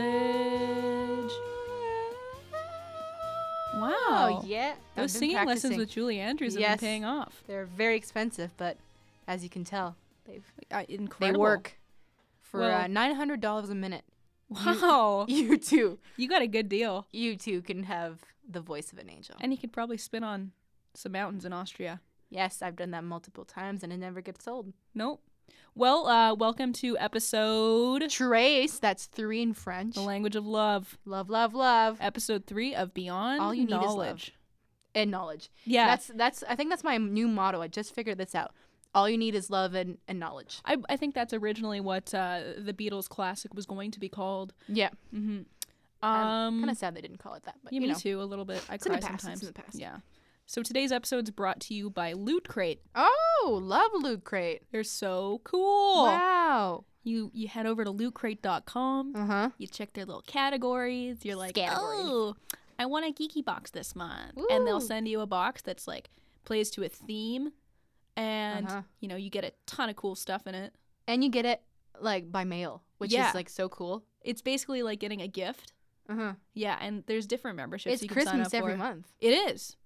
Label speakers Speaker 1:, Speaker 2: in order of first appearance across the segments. Speaker 1: Knowledge. Wow.
Speaker 2: Oh, yeah. I've
Speaker 1: Those
Speaker 2: been
Speaker 1: singing lessons
Speaker 2: practicing.
Speaker 1: with Julie Andrews have
Speaker 2: Yes.
Speaker 1: been paying off.
Speaker 2: They're very expensive, but as you can tell, they've,
Speaker 1: Uh,
Speaker 2: they
Speaker 1: incredible.
Speaker 2: work for
Speaker 1: Well-
Speaker 2: uh, $900 a minute.
Speaker 1: Wow.
Speaker 2: You too.
Speaker 1: You got a good deal.
Speaker 2: You too can have the voice of an angel.
Speaker 1: And you could probably spin on some mountains in Austria.
Speaker 2: Yes, I've done that multiple times and it never gets old.
Speaker 1: Nope. Well, uh, welcome to episode
Speaker 2: Trace, that's three in French.
Speaker 1: The Language of Love,
Speaker 2: Love, love, love.
Speaker 1: episode three of Beyond
Speaker 2: All you need is love.
Speaker 1: Knowledge.
Speaker 2: And knowledge.
Speaker 1: Yeah.
Speaker 2: That's that's I think that's my new motto. I just figured this out. All you need is love and, and knowledge.
Speaker 1: I, I think that's originally what uh, the Beatles classic was going to be called.
Speaker 2: Yeah.
Speaker 1: Mm-hmm.
Speaker 2: I'm
Speaker 1: Um,
Speaker 2: kind of sad they didn't call it that, but
Speaker 1: yeah,
Speaker 2: you
Speaker 1: me
Speaker 2: know.
Speaker 1: too, a little bit. I
Speaker 2: It's in
Speaker 1: cry
Speaker 2: the past, it's
Speaker 1: sometimes.
Speaker 2: in the past.
Speaker 1: Yeah. So today's episode's brought to you by Loot Crate.
Speaker 2: Oh, love Loot Crate.
Speaker 1: They're so cool.
Speaker 2: Wow.
Speaker 1: You you head over to lootcrate.com.
Speaker 2: Uh huh.
Speaker 1: You check their little categories. You're like,
Speaker 2: Scategories.
Speaker 1: oh, I want a geeky box this month, and
Speaker 2: Ooh.
Speaker 1: they'll send you a box that's like plays to a theme, and
Speaker 2: Uh-huh.
Speaker 1: you know you get a ton of cool stuff in it.
Speaker 2: And you get it like by mail, which
Speaker 1: Yeah.
Speaker 2: is like so cool.
Speaker 1: It's basically like getting a gift.
Speaker 2: Uh huh.
Speaker 1: Yeah, and there's different memberships.
Speaker 2: It's
Speaker 1: you can sign
Speaker 2: Christmas
Speaker 1: up
Speaker 2: every
Speaker 1: for.
Speaker 2: month.
Speaker 1: It is.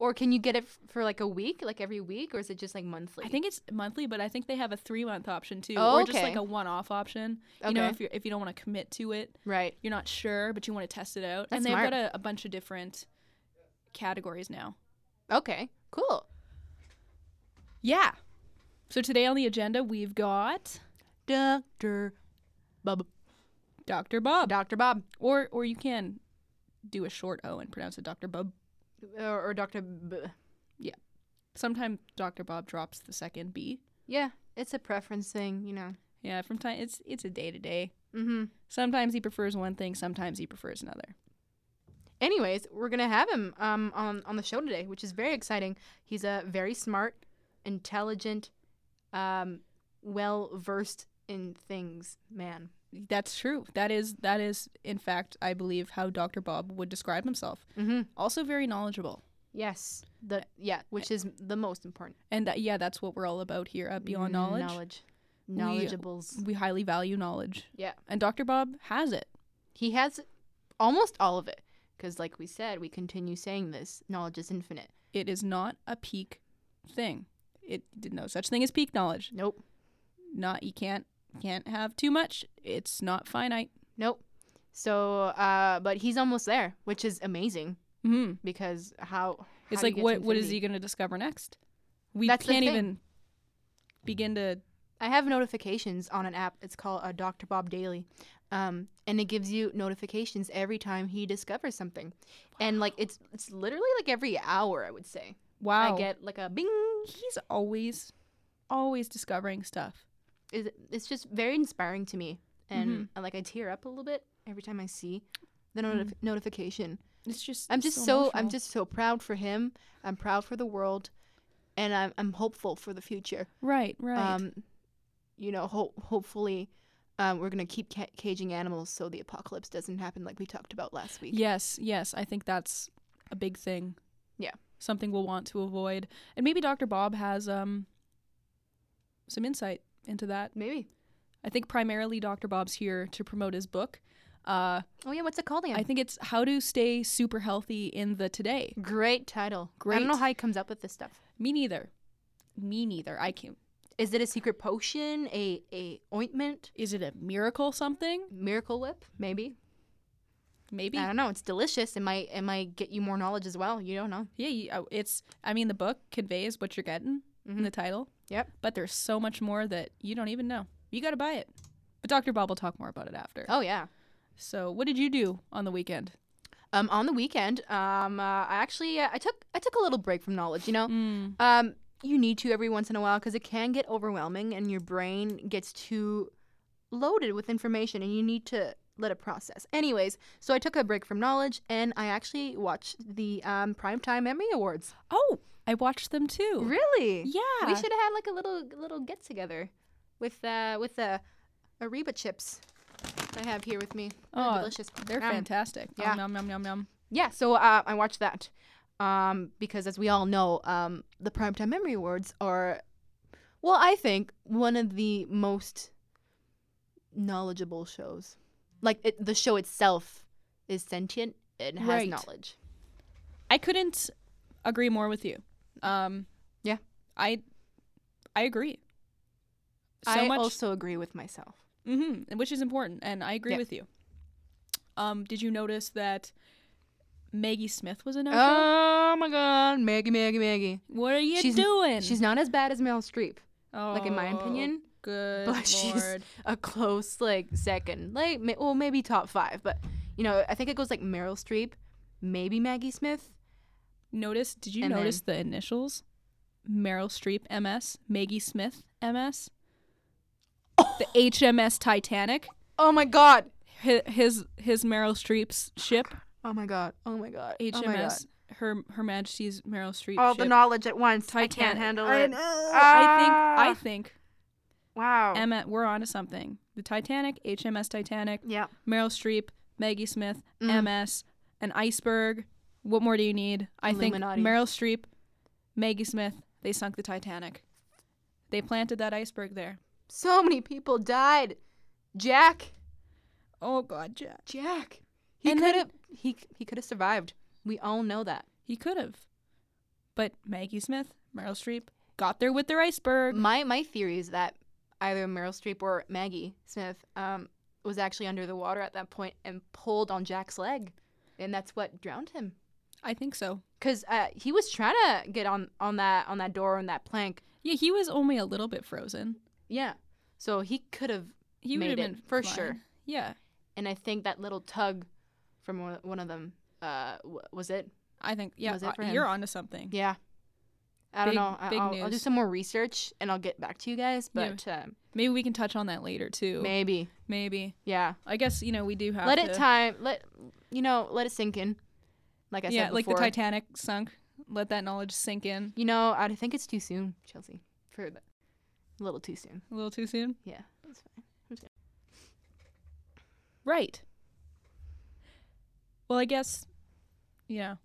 Speaker 2: Or can you get it f- for like a week, like every week, or is it just like monthly?
Speaker 1: I think it's monthly, but I think they have a three month option too,
Speaker 2: Oh,
Speaker 1: or just like
Speaker 2: okay.
Speaker 1: a one off option. You know, if you if you don't want to commit to it,
Speaker 2: right.
Speaker 1: you're not sure, but you want to test it out.
Speaker 2: That's
Speaker 1: and they've
Speaker 2: smart.
Speaker 1: got a, a bunch of different categories now.
Speaker 2: Okay. Cool.
Speaker 1: Yeah. So today on the agenda we've got
Speaker 2: Doctor Bob.
Speaker 1: Dr. Bob,
Speaker 2: Doctor Bob.
Speaker 1: or or you can do a short O and pronounce it Dr. Bob.
Speaker 2: Or, or Doctor. B.
Speaker 1: Sometimes Dr. Bob drops the second B.
Speaker 2: Yeah, it's a preference thing, you know.
Speaker 1: Yeah, from time it's it's a day to day.
Speaker 2: Mm-hmm.
Speaker 1: Sometimes he prefers one thing, sometimes he prefers another.
Speaker 2: Anyways, we're gonna have him um on on the show today, which is very exciting. He's a very smart, intelligent, um, well versed in things man.
Speaker 1: That's true. That is that is in fact, I believe how Dr. Bob would describe himself.
Speaker 2: Mm-hmm.
Speaker 1: Also very knowledgeable.
Speaker 2: Yes, the yeah, which is the most important.
Speaker 1: And that, yeah, that's what we're all about here at Beyond Knowledge.
Speaker 2: Mm,
Speaker 1: uh,
Speaker 2: knowledge, knowledgeables.
Speaker 1: We highly value knowledge.
Speaker 2: yeah,
Speaker 1: And Dr. Bob has it.
Speaker 2: he has almost all of it. Because, like we said, we continue saying this: knowledge is infinite.
Speaker 1: It is not a peak thing. It no such thing as peak knowledge.
Speaker 2: Nope,
Speaker 1: Not you can't can't have too much. It's not finite.
Speaker 2: nope. So, uh, but he's almost there, which is amazing.
Speaker 1: hmm
Speaker 2: because how
Speaker 1: It's
Speaker 2: how do you get
Speaker 1: like
Speaker 2: to
Speaker 1: what what is
Speaker 2: infinity?
Speaker 1: he going to discover next? We
Speaker 2: That's the
Speaker 1: can't
Speaker 2: thing.
Speaker 1: even begin to.
Speaker 2: i have notifications on an app it's called uh, dr bob daily um, and it gives you notifications every time he discovers something and like it's it's literally like every hour i would say
Speaker 1: Wow.
Speaker 2: i get like a bing
Speaker 1: He's always always discovering stuff.
Speaker 2: It- it's just very inspiring to me and uh, like i tear up a little bit every time i see the notif- notification
Speaker 1: It's just
Speaker 2: i'm
Speaker 1: it's
Speaker 2: just Mm-hmm. so, i'm
Speaker 1: emotional.
Speaker 2: just so proud for him i'm proud for the world and i'm, I'm hopeful for the future
Speaker 1: right right.
Speaker 2: um you know ho- hopefully um, we're gonna keep ca- caging animals so the apocalypse doesn't happen like we talked about last week
Speaker 1: Yes, yes, I think that's a big thing.
Speaker 2: Yeah.
Speaker 1: Something we'll want to avoid. And maybe Dr. Bob has um some insight into that.
Speaker 2: maybe
Speaker 1: I think primarily Dr. Bob's here to promote his book. Uh
Speaker 2: oh yeah what's it called again
Speaker 1: I think it's How to Stay Super Healthy in the Today.
Speaker 2: great title i don't know
Speaker 1: Great.
Speaker 2: how he comes up with this stuff
Speaker 1: Me neither. Me neither. I can
Speaker 2: is it a secret potion a a ointment
Speaker 1: Is it a miracle something?
Speaker 2: miracle whip maybe
Speaker 1: Maybe.
Speaker 2: i don't know it's delicious it might it might get you more knowledge as well you don't know
Speaker 1: yeah, you, uh, it's I mean the book conveys what you're getting in the title.
Speaker 2: Yep.
Speaker 1: But there's so much more that you don't even know. You got to buy it. But Dr. Bob will talk more about it after.
Speaker 2: oh yeah
Speaker 1: So, what did you do on the weekend?
Speaker 2: um on the weekend um uh, i actually uh, i took i took a little break from knowledge you know
Speaker 1: Mm.
Speaker 2: Um, you need to every once in a while because it can get overwhelming and your brain gets too loaded with information and you need to let it process. Anyways, so I took a break from knowledge and I actually watched the um, Primetime Emmy Awards.
Speaker 1: Oh, I watched them too.
Speaker 2: Really?
Speaker 1: Yeah.
Speaker 2: We should have had like a little little get together with uh with uh, Ariba chips I have here with me. They're
Speaker 1: Oh,
Speaker 2: delicious.
Speaker 1: They're
Speaker 2: Yum.
Speaker 1: fantastic.
Speaker 2: Yeah.
Speaker 1: Nom, nom, nom, nom.
Speaker 2: Yeah, so uh, I watched that um, because, as we all know, um, the Primetime Memory Awards are, well, I think one of the most knowledgeable shows like it, the show itself is sentient and has
Speaker 1: Right.
Speaker 2: knowledge.
Speaker 1: I couldn't agree more with you. Um,
Speaker 2: Yeah.
Speaker 1: I I agree. So
Speaker 2: I
Speaker 1: much,
Speaker 2: also agree with myself.
Speaker 1: Mhm, which is important, and I agree
Speaker 2: Yeah.
Speaker 1: with you. Um, did you notice that Maggie Smith was in our show?
Speaker 2: Oh my god, Maggie, Maggie, Maggie.
Speaker 1: What are you
Speaker 2: she's-
Speaker 1: doing?
Speaker 2: She's not as bad as Meryl Streep, like in my
Speaker 1: Oh,
Speaker 2: opinion.
Speaker 1: Good
Speaker 2: but she's-
Speaker 1: lord.
Speaker 2: A close like second, like ma- well maybe top five, but you know I think it goes like Meryl Streep, maybe Maggie Smith.
Speaker 1: Notice? Did you
Speaker 2: And then-
Speaker 1: notice the initials? Meryl Streep, MS. Maggie Smith, MS. The HMS Titanic.
Speaker 2: Oh my god.
Speaker 1: Hi- His his Meryl Streep's ship.
Speaker 2: Oh my god. Oh my god. Oh my god.
Speaker 1: HMS. Her Her Majesty's Meryl Streep.
Speaker 2: All
Speaker 1: ship.
Speaker 2: the knowledge at once. I
Speaker 1: Titanic.
Speaker 2: can't handle
Speaker 1: I
Speaker 2: it.
Speaker 1: know. I
Speaker 2: Ah,
Speaker 1: think
Speaker 2: wow.
Speaker 1: I think Emma, we're onto something. The Titanic, HMS Titanic,
Speaker 2: yeah.
Speaker 1: Meryl Streep, Maggie Smith,
Speaker 2: Mm.
Speaker 1: MS, an iceberg. What more do you need? I
Speaker 2: Illuminati.
Speaker 1: think Meryl Streep, Maggie Smith, they sunk the Titanic. They planted that iceberg there.
Speaker 2: So many people died. Jack.
Speaker 1: Oh God, Jack.
Speaker 2: Jack. He
Speaker 1: And
Speaker 2: could
Speaker 1: then-
Speaker 2: have. He he could have survived. We all know that.
Speaker 1: He could have, but Maggie Smith, Meryl Streep got there with their iceberg.
Speaker 2: My my theory is that either Meryl Streep or Maggie Smith um, was actually under the water at that point and pulled on Jack's leg, and that's what drowned him.
Speaker 1: I think so.
Speaker 2: Cause uh, he was trying to get on on that on that door on that plank.
Speaker 1: Yeah, he was only a little bit frozen.
Speaker 2: Yeah. So he could have
Speaker 1: He would
Speaker 2: Made
Speaker 1: have
Speaker 2: it,
Speaker 1: been
Speaker 2: for
Speaker 1: fine.
Speaker 2: sure.
Speaker 1: Yeah,
Speaker 2: and I think that little tug from one- one of them uh, w- was it.
Speaker 1: I think. Yeah,
Speaker 2: Was it
Speaker 1: uh,
Speaker 2: for
Speaker 1: you're
Speaker 2: him?
Speaker 1: onto something.
Speaker 2: Yeah, I don't
Speaker 1: Big-
Speaker 2: know. I-
Speaker 1: big
Speaker 2: I'll, I'll do
Speaker 1: news.
Speaker 2: some more research and I'll get back to you guys.
Speaker 1: Yeah.
Speaker 2: But um,
Speaker 1: Maybe we can touch on that later too.
Speaker 2: maybe,
Speaker 1: Maybe.
Speaker 2: yeah.
Speaker 1: I guess you know we do have
Speaker 2: let
Speaker 1: to,
Speaker 2: it time. Let you know. Let it sink in. Like I
Speaker 1: yeah,
Speaker 2: said
Speaker 1: like
Speaker 2: before.
Speaker 1: the Titanic sunk. Let that knowledge sink in
Speaker 2: You know, I think it's too soon, Chelsea. For the, a little too soon.
Speaker 1: a little too soon.
Speaker 2: Yeah, that's fine.
Speaker 1: Right. Well, I guess. Yeah.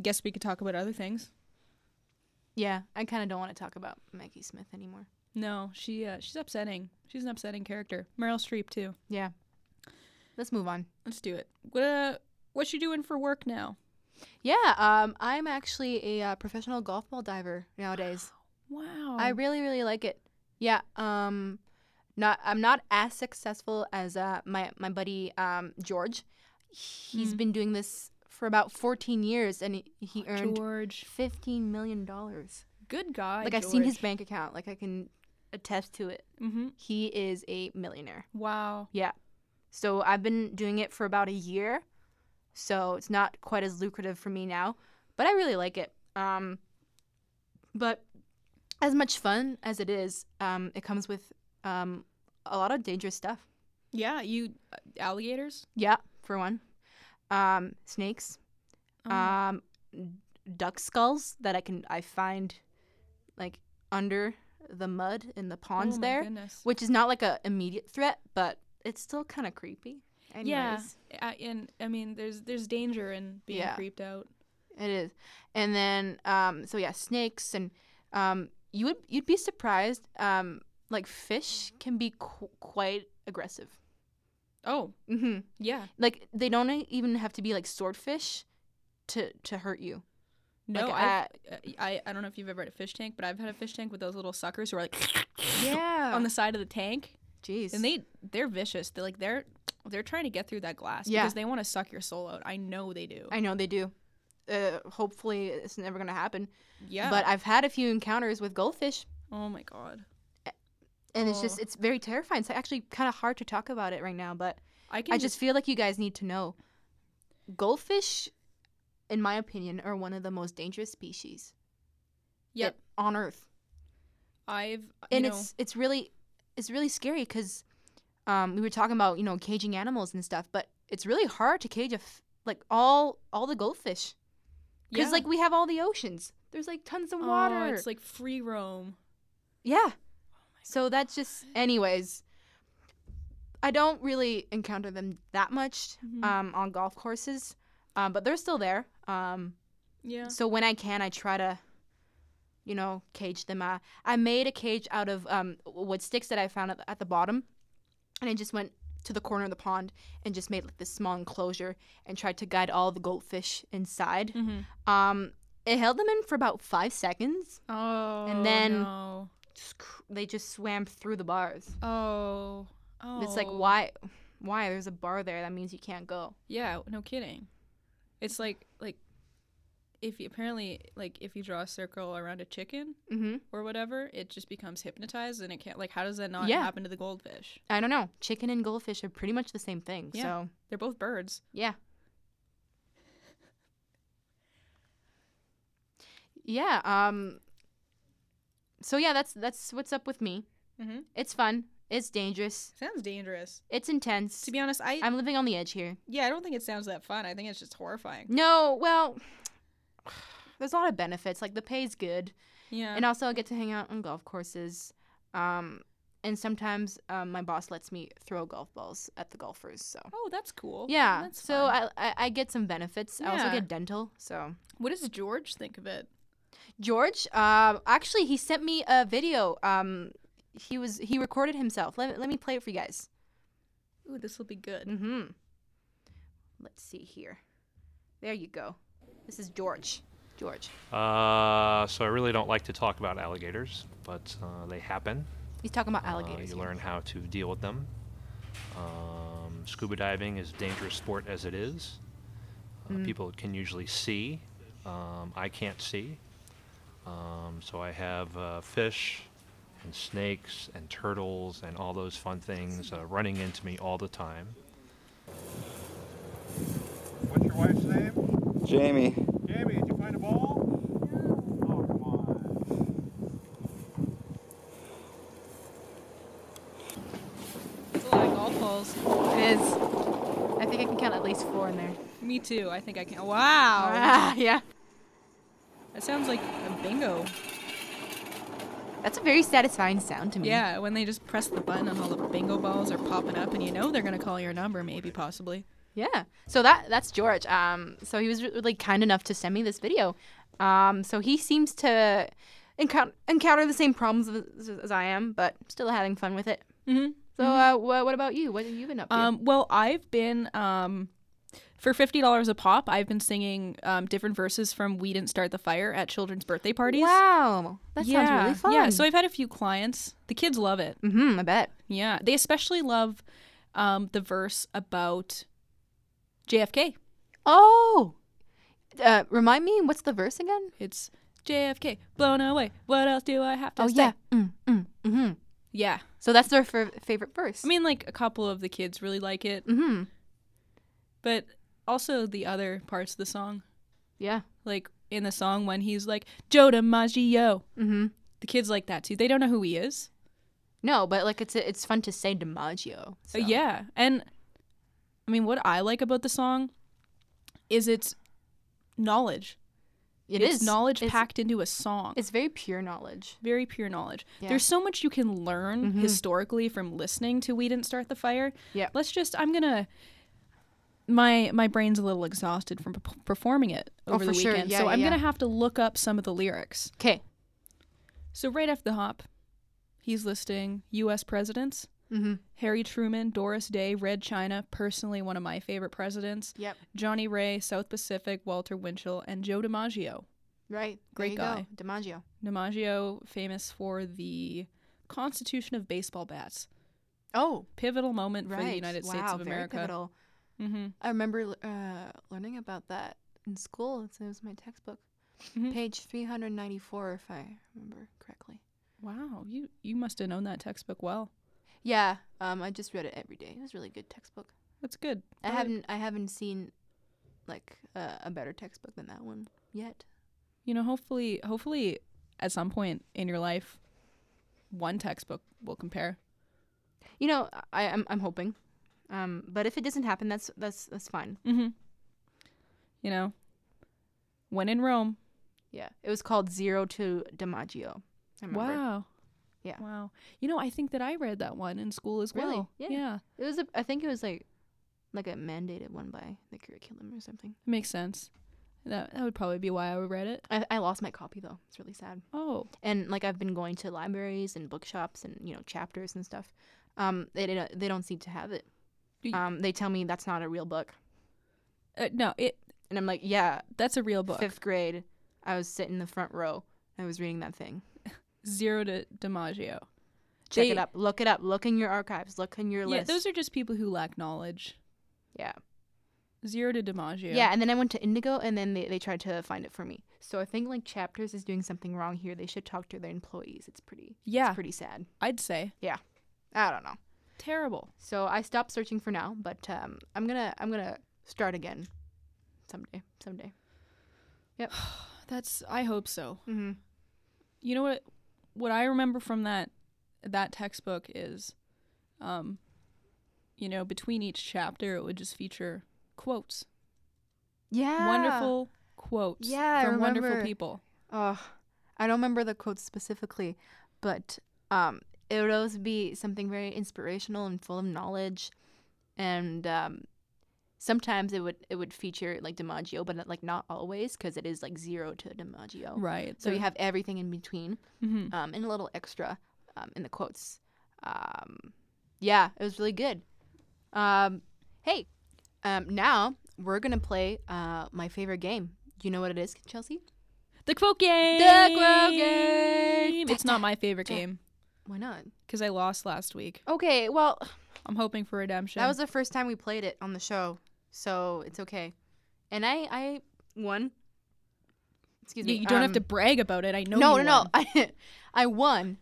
Speaker 1: Guess we could talk about other things.
Speaker 2: Yeah, I kind of don't want to talk about Maggie Smith anymore.
Speaker 1: No, she uh, she's upsetting. She's an upsetting character. Meryl Streep too.
Speaker 2: Yeah, let's move on.
Speaker 1: Let's do it. What uh, what you doing for work now?
Speaker 2: Yeah, um, I'm actually a uh, professional golf ball diver nowadays.
Speaker 1: Wow.
Speaker 2: I really really like it. Yeah. Um not I'm not as successful as uh my my buddy um George. He's
Speaker 1: Mm.
Speaker 2: been doing this for about 14 years and he, he earned
Speaker 1: George.
Speaker 2: 15 million dollars.
Speaker 1: Good guy.
Speaker 2: Like I've seen his bank account, like I can attest to it.
Speaker 1: Mm-hmm.
Speaker 2: He is a millionaire.
Speaker 1: Wow.
Speaker 2: So I've been doing it for about a year. So it's not quite as lucrative for me now, but I really like it. Um, but as much fun as it is, um, it comes with um, a lot of dangerous stuff.
Speaker 1: Yeah. You uh, alligators.
Speaker 2: Yeah, for one. Um, snakes,
Speaker 1: Oh,
Speaker 2: um, duck skulls that I can I find like under the mud in the ponds
Speaker 1: oh my
Speaker 2: there,
Speaker 1: Goodness.
Speaker 2: which is not like a immediate threat, but it's still kind of creepy. Anyways.
Speaker 1: Yeah. I, uh, and I mean, there's there's danger in being
Speaker 2: Yeah.
Speaker 1: creeped out.
Speaker 2: It is, and then um, so yeah, snakes and um, you would you'd be surprised. Um, like fish can be qu- quite aggressive.
Speaker 1: Oh,
Speaker 2: hmm
Speaker 1: yeah.
Speaker 2: Like they don't e- even have to be like swordfish to to hurt you.
Speaker 1: No,
Speaker 2: Like,
Speaker 1: I, I I don't know if you've ever had a fish tank, but I've had a fish tank with those little suckers who are like
Speaker 2: Yeah.
Speaker 1: on the side of the tank,
Speaker 2: Jeez.
Speaker 1: and they they're vicious. They're like they're they're trying to get through that glass
Speaker 2: Yeah.
Speaker 1: because they want to suck your soul out. I know they do.
Speaker 2: I know they do. Uh, hopefully it's never gonna happen.
Speaker 1: yeah.
Speaker 2: But I've had a few encounters with goldfish,
Speaker 1: oh my god,
Speaker 2: and it's just
Speaker 1: Oh.
Speaker 2: it's very terrifying. It's actually kind of hard to talk about it right now, but
Speaker 1: I can
Speaker 2: I just feel like you guys need to know. Goldfish, in my opinion, are one of the most dangerous species
Speaker 1: yep.
Speaker 2: that- on Earth,
Speaker 1: I've
Speaker 2: and
Speaker 1: you know,
Speaker 2: it's it's really it's really scary because um, we were talking about you know caging animals and stuff, but it's really hard to cage a f- like all all the goldfish because
Speaker 1: yeah.
Speaker 2: like we have all the oceans. There's like tons of
Speaker 1: Oh,
Speaker 2: water.
Speaker 1: it's like Oh free roam.
Speaker 2: Yeah. So that's just, anyways. I don't really encounter them that much
Speaker 1: Mhm.
Speaker 2: um, on golf courses, um, but they're still there. Um,
Speaker 1: Yeah.
Speaker 2: So when I can, I try to, you know, cage them. I, I made a cage out of um, wood sticks that I found at, at the bottom, and I just went to the corner of the pond and just made like this small enclosure and tried to guide all the goldfish inside.
Speaker 1: Mm-hmm.
Speaker 2: Um, it held them in for about five seconds.
Speaker 1: Oh.
Speaker 2: then-
Speaker 1: no.
Speaker 2: Just cr- They just swam through the bars.
Speaker 1: Oh. Oh.
Speaker 2: It's like why, why? There's a bar there. That means you can't go.
Speaker 1: Yeah, no kidding. It's like like if you apparently like if you draw a circle around a chicken
Speaker 2: Mm-hmm.
Speaker 1: or whatever, it just becomes hypnotized and it can't like how does that not
Speaker 2: Yeah.
Speaker 1: happen to the goldfish?
Speaker 2: I don't know. Chicken and goldfish are pretty much the same thing.
Speaker 1: Yeah.
Speaker 2: So
Speaker 1: They're both birds.
Speaker 2: yeah. Yeah. Um. So yeah, that's that's what's up with me.
Speaker 1: Mhm.
Speaker 2: It's fun. It's dangerous.
Speaker 1: Sounds dangerous.
Speaker 2: It's intense.
Speaker 1: To be honest, I
Speaker 2: I'm living on the edge here.
Speaker 1: yeah, I don't think it sounds that fun. I think it's just horrifying.
Speaker 2: No, well, there's a lot of benefits. Like the pay's good,
Speaker 1: Yeah.
Speaker 2: and also I get to hang out on golf courses. Um, and sometimes um, my boss lets me throw golf balls at the golfers. So
Speaker 1: oh, that's cool.
Speaker 2: yeah,
Speaker 1: That's
Speaker 2: so
Speaker 1: fun.
Speaker 2: I, I I get some benefits. I also
Speaker 1: Yeah.
Speaker 2: get dental. So
Speaker 1: what does George think of it?
Speaker 2: George, uh, actually, he sent me a video. Um, he was he recorded himself. Let let me play it for you guys.
Speaker 1: Ooh, this will be good.
Speaker 2: Mm-hmm. Let's see here. There you go. This is George. George.
Speaker 3: Uh, so I really don't like to talk about alligators, but uh, they happen.
Speaker 2: He's talking about
Speaker 3: Uh,
Speaker 2: alligators.
Speaker 3: you
Speaker 2: here.
Speaker 3: learn how to deal with them. Um, scuba diving is a dangerous sport as it is. Uh, People can usually see. Um, I can't see. Um, so I have uh, fish and snakes and turtles and all those fun things uh, running into me all the time.
Speaker 4: What's your wife's name?
Speaker 5: Jamie,
Speaker 4: Jamie, did you find a ball? Oh, come on.
Speaker 1: It's a lot of golf balls.
Speaker 2: It is. I think I can count at least four in there.
Speaker 1: Me too. I think I can. Wow.
Speaker 2: Ah, yeah.
Speaker 1: That sounds like a bingo.
Speaker 2: That's a very satisfying sound to me.
Speaker 1: Yeah, when they just press the button and all the bingo balls are popping up, and you know they're gonna call your number, maybe possibly.
Speaker 2: Yeah. So that that's George. Um. So he was re- really kind enough to send me this video. Um. So he seems to encounter encounter the same problems as, as I am, but still having fun with it.
Speaker 1: Mm-hmm.
Speaker 2: So uh, wha what about you? What have you been up to?
Speaker 1: Um, well, I've been um, for fifty dollars a pop. I've been singing um, different verses from "We Didn't Start the Fire" at children's birthday parties.
Speaker 2: wow, that
Speaker 1: yeah,
Speaker 2: sounds really fun.
Speaker 1: Yeah, so I've had a few clients. The kids love it.
Speaker 2: mm-hmm. I bet.
Speaker 1: Yeah, they especially love um, the verse about JFK.
Speaker 2: Oh. Uh, remind me, what's the verse again?
Speaker 1: It's JFK blown away. What else do I have to say?
Speaker 2: Mm, mm, mm-hmm.
Speaker 1: yeah.
Speaker 2: So that's their f- favorite verse.
Speaker 1: I mean, like a couple of the kids really like it.
Speaker 2: mm-hmm.
Speaker 1: but also the other parts of the song.
Speaker 2: Yeah.
Speaker 1: Like in the song when he's like Joe DiMaggio,
Speaker 2: Mm-hmm.
Speaker 1: the kids like that too. They don't know who he is.
Speaker 2: No, but like it's it's fun to say DiMaggio. So.
Speaker 1: Uh, yeah, and I mean, what I like about the song is its knowledge.
Speaker 2: it
Speaker 1: it's
Speaker 2: is
Speaker 1: knowledge
Speaker 2: it's,
Speaker 1: packed into a song. It's
Speaker 2: It's very pure knowledge.
Speaker 1: very pure knowledge.
Speaker 2: Yeah.
Speaker 1: There's so much you can learn
Speaker 2: Mhm.
Speaker 1: historically from listening to "We Didn't Start the Fire."
Speaker 2: Yeah.
Speaker 1: let's just. I'm gonna. My my brain's a little exhausted from p- performing it
Speaker 2: Oh,
Speaker 1: over the
Speaker 2: for sure.
Speaker 1: weekend,
Speaker 2: Yeah,
Speaker 1: so
Speaker 2: yeah,
Speaker 1: I'm
Speaker 2: yeah.
Speaker 1: gonna have to look up some of the lyrics.
Speaker 2: Okay.
Speaker 1: So right off the hop, he's listing U.S. presidents:
Speaker 2: Mm-hmm.
Speaker 1: Harry Truman, Doris Day, Red China, personally one of my favorite presidents,
Speaker 2: Yep.
Speaker 1: Johnny Ray, South Pacific, Walter Winchell, and Joe DiMaggio.
Speaker 2: Right.
Speaker 1: Great
Speaker 2: there you
Speaker 1: guy.
Speaker 2: Go. DiMaggio.
Speaker 1: DiMaggio, famous for the Constitution of baseball bats,
Speaker 2: Oh,
Speaker 1: pivotal moment
Speaker 2: right.
Speaker 1: for the United
Speaker 2: wow,
Speaker 1: States of
Speaker 2: very
Speaker 1: America.
Speaker 2: pivotal.
Speaker 1: Mm-hmm.
Speaker 2: I remember uh, learning about that in school. It's- It was my textbook,
Speaker 1: Mhm.
Speaker 2: page three hundred ninety-four, if I remember correctly.
Speaker 1: Wow, you you must have known that textbook well.
Speaker 2: Yeah. Um, I just read it every day. It was a really good textbook.
Speaker 1: That's good.
Speaker 2: I
Speaker 1: Probably-
Speaker 2: haven't I haven't seen like uh, a better textbook than that one yet.
Speaker 1: You know, hopefully, hopefully, at some point in your life, one textbook will compare.
Speaker 2: You know, I, I'm I'm hoping. Um, but if it doesn't happen, that's that's that's fine.
Speaker 1: Mm-hmm. You know, when in Rome.
Speaker 2: Yeah, it was called Zero to DiMaggio. I remember.
Speaker 1: Wow.
Speaker 2: Yeah.
Speaker 1: Wow. You know, I think that I read that one in school as
Speaker 2: Really?
Speaker 1: well.
Speaker 2: Yeah.
Speaker 1: yeah.
Speaker 2: It was a, I think it was like like a mandated one by the curriculum or something.
Speaker 1: Makes sense. That that would probably be why I read it.
Speaker 2: I, I lost my copy though. It's really sad.
Speaker 1: Oh.
Speaker 2: And like I've been going to libraries and bookshops and you know chapters and stuff. Um, they don't they don't seem to have it.
Speaker 1: Y-
Speaker 2: Um, they tell me that's not a real book,
Speaker 1: Uh, no, it
Speaker 2: and I'm like, yeah,
Speaker 1: that's a real book.
Speaker 2: fifth grade, I was sitting in the front row. I was reading that thing.
Speaker 1: Zero to DiMaggio.
Speaker 2: Check it
Speaker 1: They-
Speaker 2: up. Look it up. Look in your archives. Look in your
Speaker 1: Yeah,
Speaker 2: list.
Speaker 1: those are just people who lack knowledge.
Speaker 2: yeah.
Speaker 1: Zero to DiMaggio.
Speaker 2: yeah. And then I went to Indigo, and then they, they tried to find it for me. So I think like Chapters is doing something wrong here. They should talk to their employees. It's pretty.
Speaker 1: Yeah,
Speaker 2: It's pretty sad.
Speaker 1: I'd say
Speaker 2: I don't know.
Speaker 1: terrible.
Speaker 2: So I stopped searching for now, but um, I'm gonna I'm gonna start again, someday, someday.
Speaker 1: That's I hope so.
Speaker 2: Mm-hmm.
Speaker 1: You know what what I remember from that that textbook is um you know, between each chapter it would just feature quotes.
Speaker 2: Yeah.
Speaker 1: Wonderful quotes
Speaker 2: Ah. Yeah, I
Speaker 1: from wonderful
Speaker 2: remember.
Speaker 1: people.
Speaker 2: Oh, I don't remember the quote specifically, but um, it would always be something very inspirational and full of knowledge, and um, sometimes it would it would feature like DiMaggio, but like not always because it is like zero to DiMaggio.
Speaker 1: Right.
Speaker 2: Oh, So you
Speaker 1: the-
Speaker 2: have everything in between.
Speaker 1: Mhm.
Speaker 2: um, and a little extra um, in the quotes. Um, yeah, it was really good. Um, hey, um, now we're gonna play uh, my favorite game. Do you know what it is, Chelsea?
Speaker 1: the quote game.
Speaker 2: The quote game.
Speaker 1: It's not my favorite
Speaker 2: Ta- ta-
Speaker 1: game
Speaker 2: Why not?
Speaker 1: cuz I lost last week.
Speaker 2: Okay, well,
Speaker 1: I'm hoping for redemption.
Speaker 2: that was the first time we played it on the show, so it's okay. And I, I won. Excuse
Speaker 1: you,
Speaker 2: me.
Speaker 1: you don't have
Speaker 2: um,
Speaker 1: to brag about it. I know
Speaker 2: No, no,
Speaker 1: you
Speaker 2: no.
Speaker 1: won.
Speaker 2: I, I won,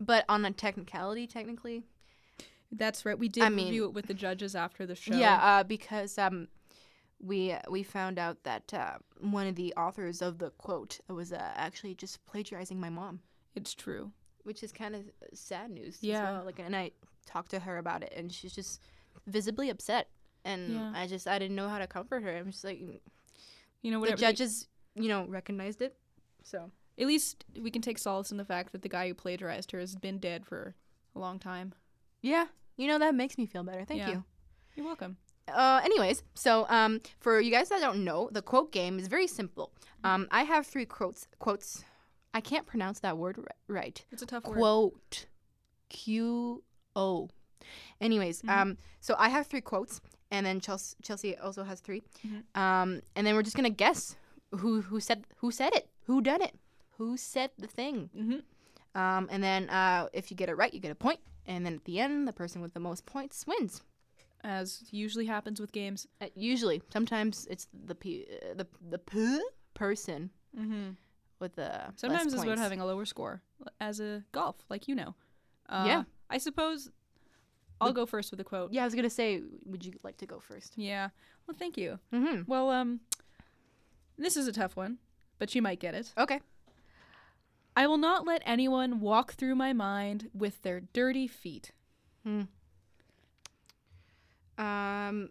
Speaker 2: but on a technicality, technically.
Speaker 1: That's right. We did
Speaker 2: I mean-
Speaker 1: review it with the judges after the show.
Speaker 2: Yeah, uh, because um, we uh, we found out that uh, one of the authors of the quote was uh, actually just plagiarizing my mom,
Speaker 1: It's true.
Speaker 2: which is kind of sad news. as
Speaker 1: Yeah.
Speaker 2: well. like, and I talked to her about it, and she's just visibly upset, and
Speaker 1: Yeah.
Speaker 2: I just I didn't know how to comfort her. I'm just like
Speaker 1: You know whatever
Speaker 2: the
Speaker 1: they-
Speaker 2: judges, you know, recognized it, so
Speaker 1: At least we can take solace in the fact that the guy who plagiarized her has been dead for a long time.
Speaker 2: yeah, you know that makes me feel better. Thank
Speaker 1: Yeah.
Speaker 2: you.
Speaker 1: You're welcome.
Speaker 2: uh, anyways, so um, for you guys that don't know, the quote game is very simple. Um, I have three quotes. Quotes. I can't pronounce that word ri- right.
Speaker 1: It's a tough word.
Speaker 2: Quote. Q O. Anyways,
Speaker 1: Mm-hmm.
Speaker 2: um, so I have three quotes, and then Chelsea, Chelsea also has 3
Speaker 1: Mm-hmm.
Speaker 2: Um, and then we're just gonna guess who who said who said it, who done it, who said the thing.
Speaker 1: Mhm.
Speaker 2: Um, and then uh, if you get it right, you get a point. And then at the end, the person with the most points wins.
Speaker 1: As usually happens with games.
Speaker 2: Uh, usually, sometimes it's the p- uh, the the p- person
Speaker 1: Mm-hmm.
Speaker 2: with the
Speaker 1: Sometimes
Speaker 2: less
Speaker 1: it's about
Speaker 2: points.
Speaker 1: having a lower score, l- as a golf, like you know. Uh,
Speaker 2: Yeah.
Speaker 1: I suppose I'll go first with a quote.
Speaker 2: Yeah, I was gonna say, would you like to go first?
Speaker 1: Yeah. Well, thank you.
Speaker 2: Mm-hmm.
Speaker 1: Well, um, this is a tough one, but you might get it.
Speaker 2: Okay.
Speaker 1: I will not let anyone walk through my mind with their dirty feet.
Speaker 2: Um.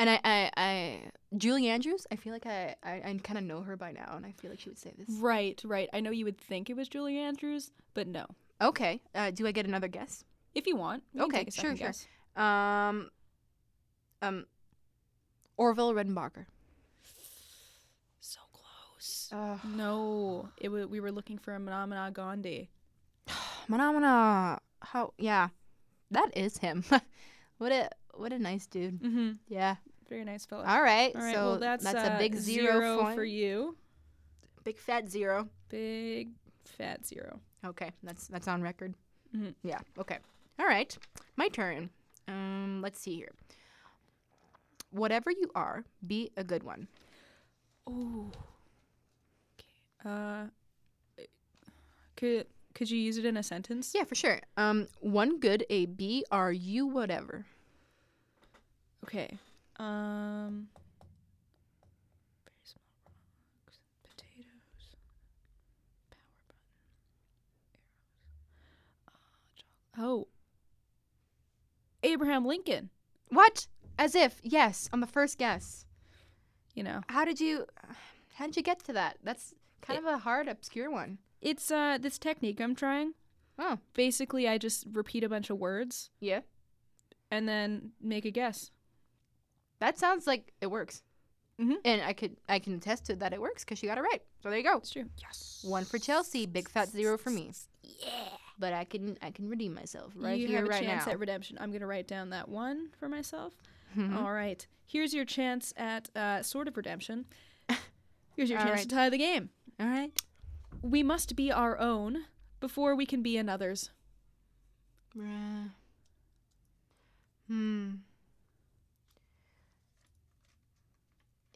Speaker 2: And I, I, I, Julie Andrews. I feel like I, I, I kind of know her by now, and I feel like she would say this.
Speaker 1: Right, right. I know you would think it was Julie Andrews, but no.
Speaker 2: Okay. Uh, do I get another guess?
Speaker 1: If you want. we can
Speaker 2: Okay,
Speaker 1: take a
Speaker 2: sure,
Speaker 1: second
Speaker 2: sure.
Speaker 1: guess.
Speaker 2: Um. Um. Orville Redenbacher.
Speaker 1: So close.
Speaker 2: Uh,
Speaker 1: No, it wa we were looking for a Manamana Gandhi.
Speaker 2: Manamana. How? Yeah, that is him. what a what a nice dude.
Speaker 1: Mm-hmm.
Speaker 2: Yeah.
Speaker 1: Very nice fella.
Speaker 2: All right.
Speaker 1: All right,
Speaker 2: so
Speaker 1: well,
Speaker 2: that's,
Speaker 1: that's,
Speaker 2: a
Speaker 1: uh,
Speaker 2: big zero, point.
Speaker 1: for you.
Speaker 2: Big fat zero.
Speaker 1: Big fat zero.
Speaker 2: Okay, that's that's on record.
Speaker 1: Mhm.
Speaker 2: Yeah. Okay. All right. My turn. Um, let's see here. Whatever you are, be a good one.
Speaker 1: Ooh. Okay. Uh, could could you use it in a sentence?
Speaker 2: Yeah, for sure. Um, one good a b are you whatever.
Speaker 1: Okay. Um. Very small rocks, potatoes, power button, arrows. Uh, chocolate. Oh. Abraham Lincoln.
Speaker 2: What? As if yes on the first guess.
Speaker 1: You know,
Speaker 2: How did you? How did you get to that? That's kind
Speaker 1: It-
Speaker 2: of a hard, obscure one.
Speaker 1: it's uh this technique I'm trying.
Speaker 2: Oh.
Speaker 1: Basically, I just repeat a bunch of words
Speaker 2: Yeah.
Speaker 1: and then make a guess.
Speaker 2: That sounds like it works.
Speaker 1: Mhm.
Speaker 2: And I could I can attest to that it works because she got it right. So there you go.
Speaker 1: It's true. Yes.
Speaker 2: One for Chelsea, big fat zero for me. but I can I can redeem myself right
Speaker 1: you
Speaker 2: here
Speaker 1: have a
Speaker 2: right
Speaker 1: chance
Speaker 2: now.
Speaker 1: at redemption. I'm gonna write down that one for myself.
Speaker 2: Mhm.
Speaker 1: All right. Here's your chance at uh, sort of redemption. Here's your
Speaker 2: All
Speaker 1: chance
Speaker 2: right.
Speaker 1: to tie the game.
Speaker 2: All right.
Speaker 1: We must be our own before we can be another's.
Speaker 2: Bruh. Hmm.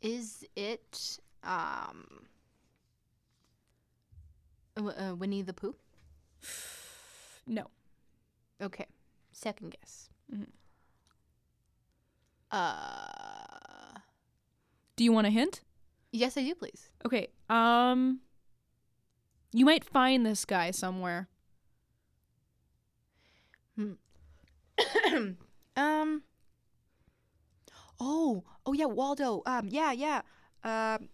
Speaker 2: Is it um w- uh, Winnie the Pooh?
Speaker 1: No.
Speaker 2: Okay. Second guess.
Speaker 1: Mhm.
Speaker 2: Uh
Speaker 1: Do you want a hint?
Speaker 2: Yes, I do, please.
Speaker 1: Okay. Um. You might find this guy somewhere.
Speaker 2: um Oh, oh yeah, Waldo. Um yeah, yeah. Um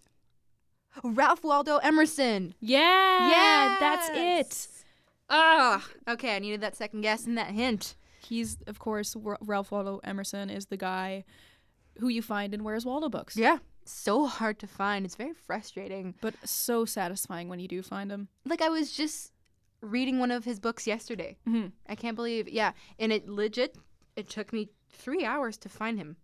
Speaker 2: Ralph Waldo Emerson.
Speaker 1: Yeah. That's it.
Speaker 2: Yes. Ah, okay. I needed that second guess and that hint.
Speaker 1: He's of course Ra- Ralph Waldo Emerson is the guy who you find in Where's Waldo books.
Speaker 2: Yeah, so hard to find. It's very frustrating.
Speaker 1: But so satisfying when you do find him.
Speaker 2: Like I was just reading one of his books yesterday.
Speaker 1: Mhm.
Speaker 2: I can't believe. Yeah, and it legit. It took me three hours to find him.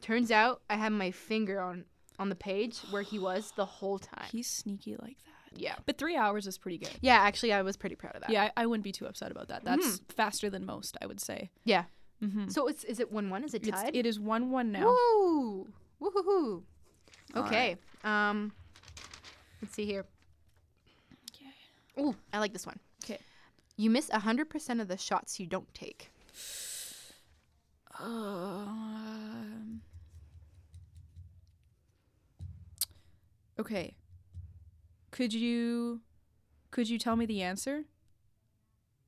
Speaker 2: Turns out I had my finger on on the page where he was the whole time.
Speaker 1: He's sneaky like that.
Speaker 2: Yeah.
Speaker 1: But three hours is pretty good.
Speaker 2: Yeah, actually, I was pretty proud of that.
Speaker 1: Yeah, Mm-hmm. I, I wouldn't be too upset about that. That's faster than most, I would say.
Speaker 2: Yeah.
Speaker 1: Mm-hmm.
Speaker 2: So it's is it one one? Is it
Speaker 1: It's,
Speaker 2: tied?
Speaker 1: it is one one now.
Speaker 2: Woo! Woohoo!
Speaker 1: All
Speaker 2: Okay. Um, let's see here. Ooh, I like this one.
Speaker 1: 'Kay.
Speaker 2: You miss hundred percent of the shots you don't take.
Speaker 1: Um, okay. Could you could you tell me the answer?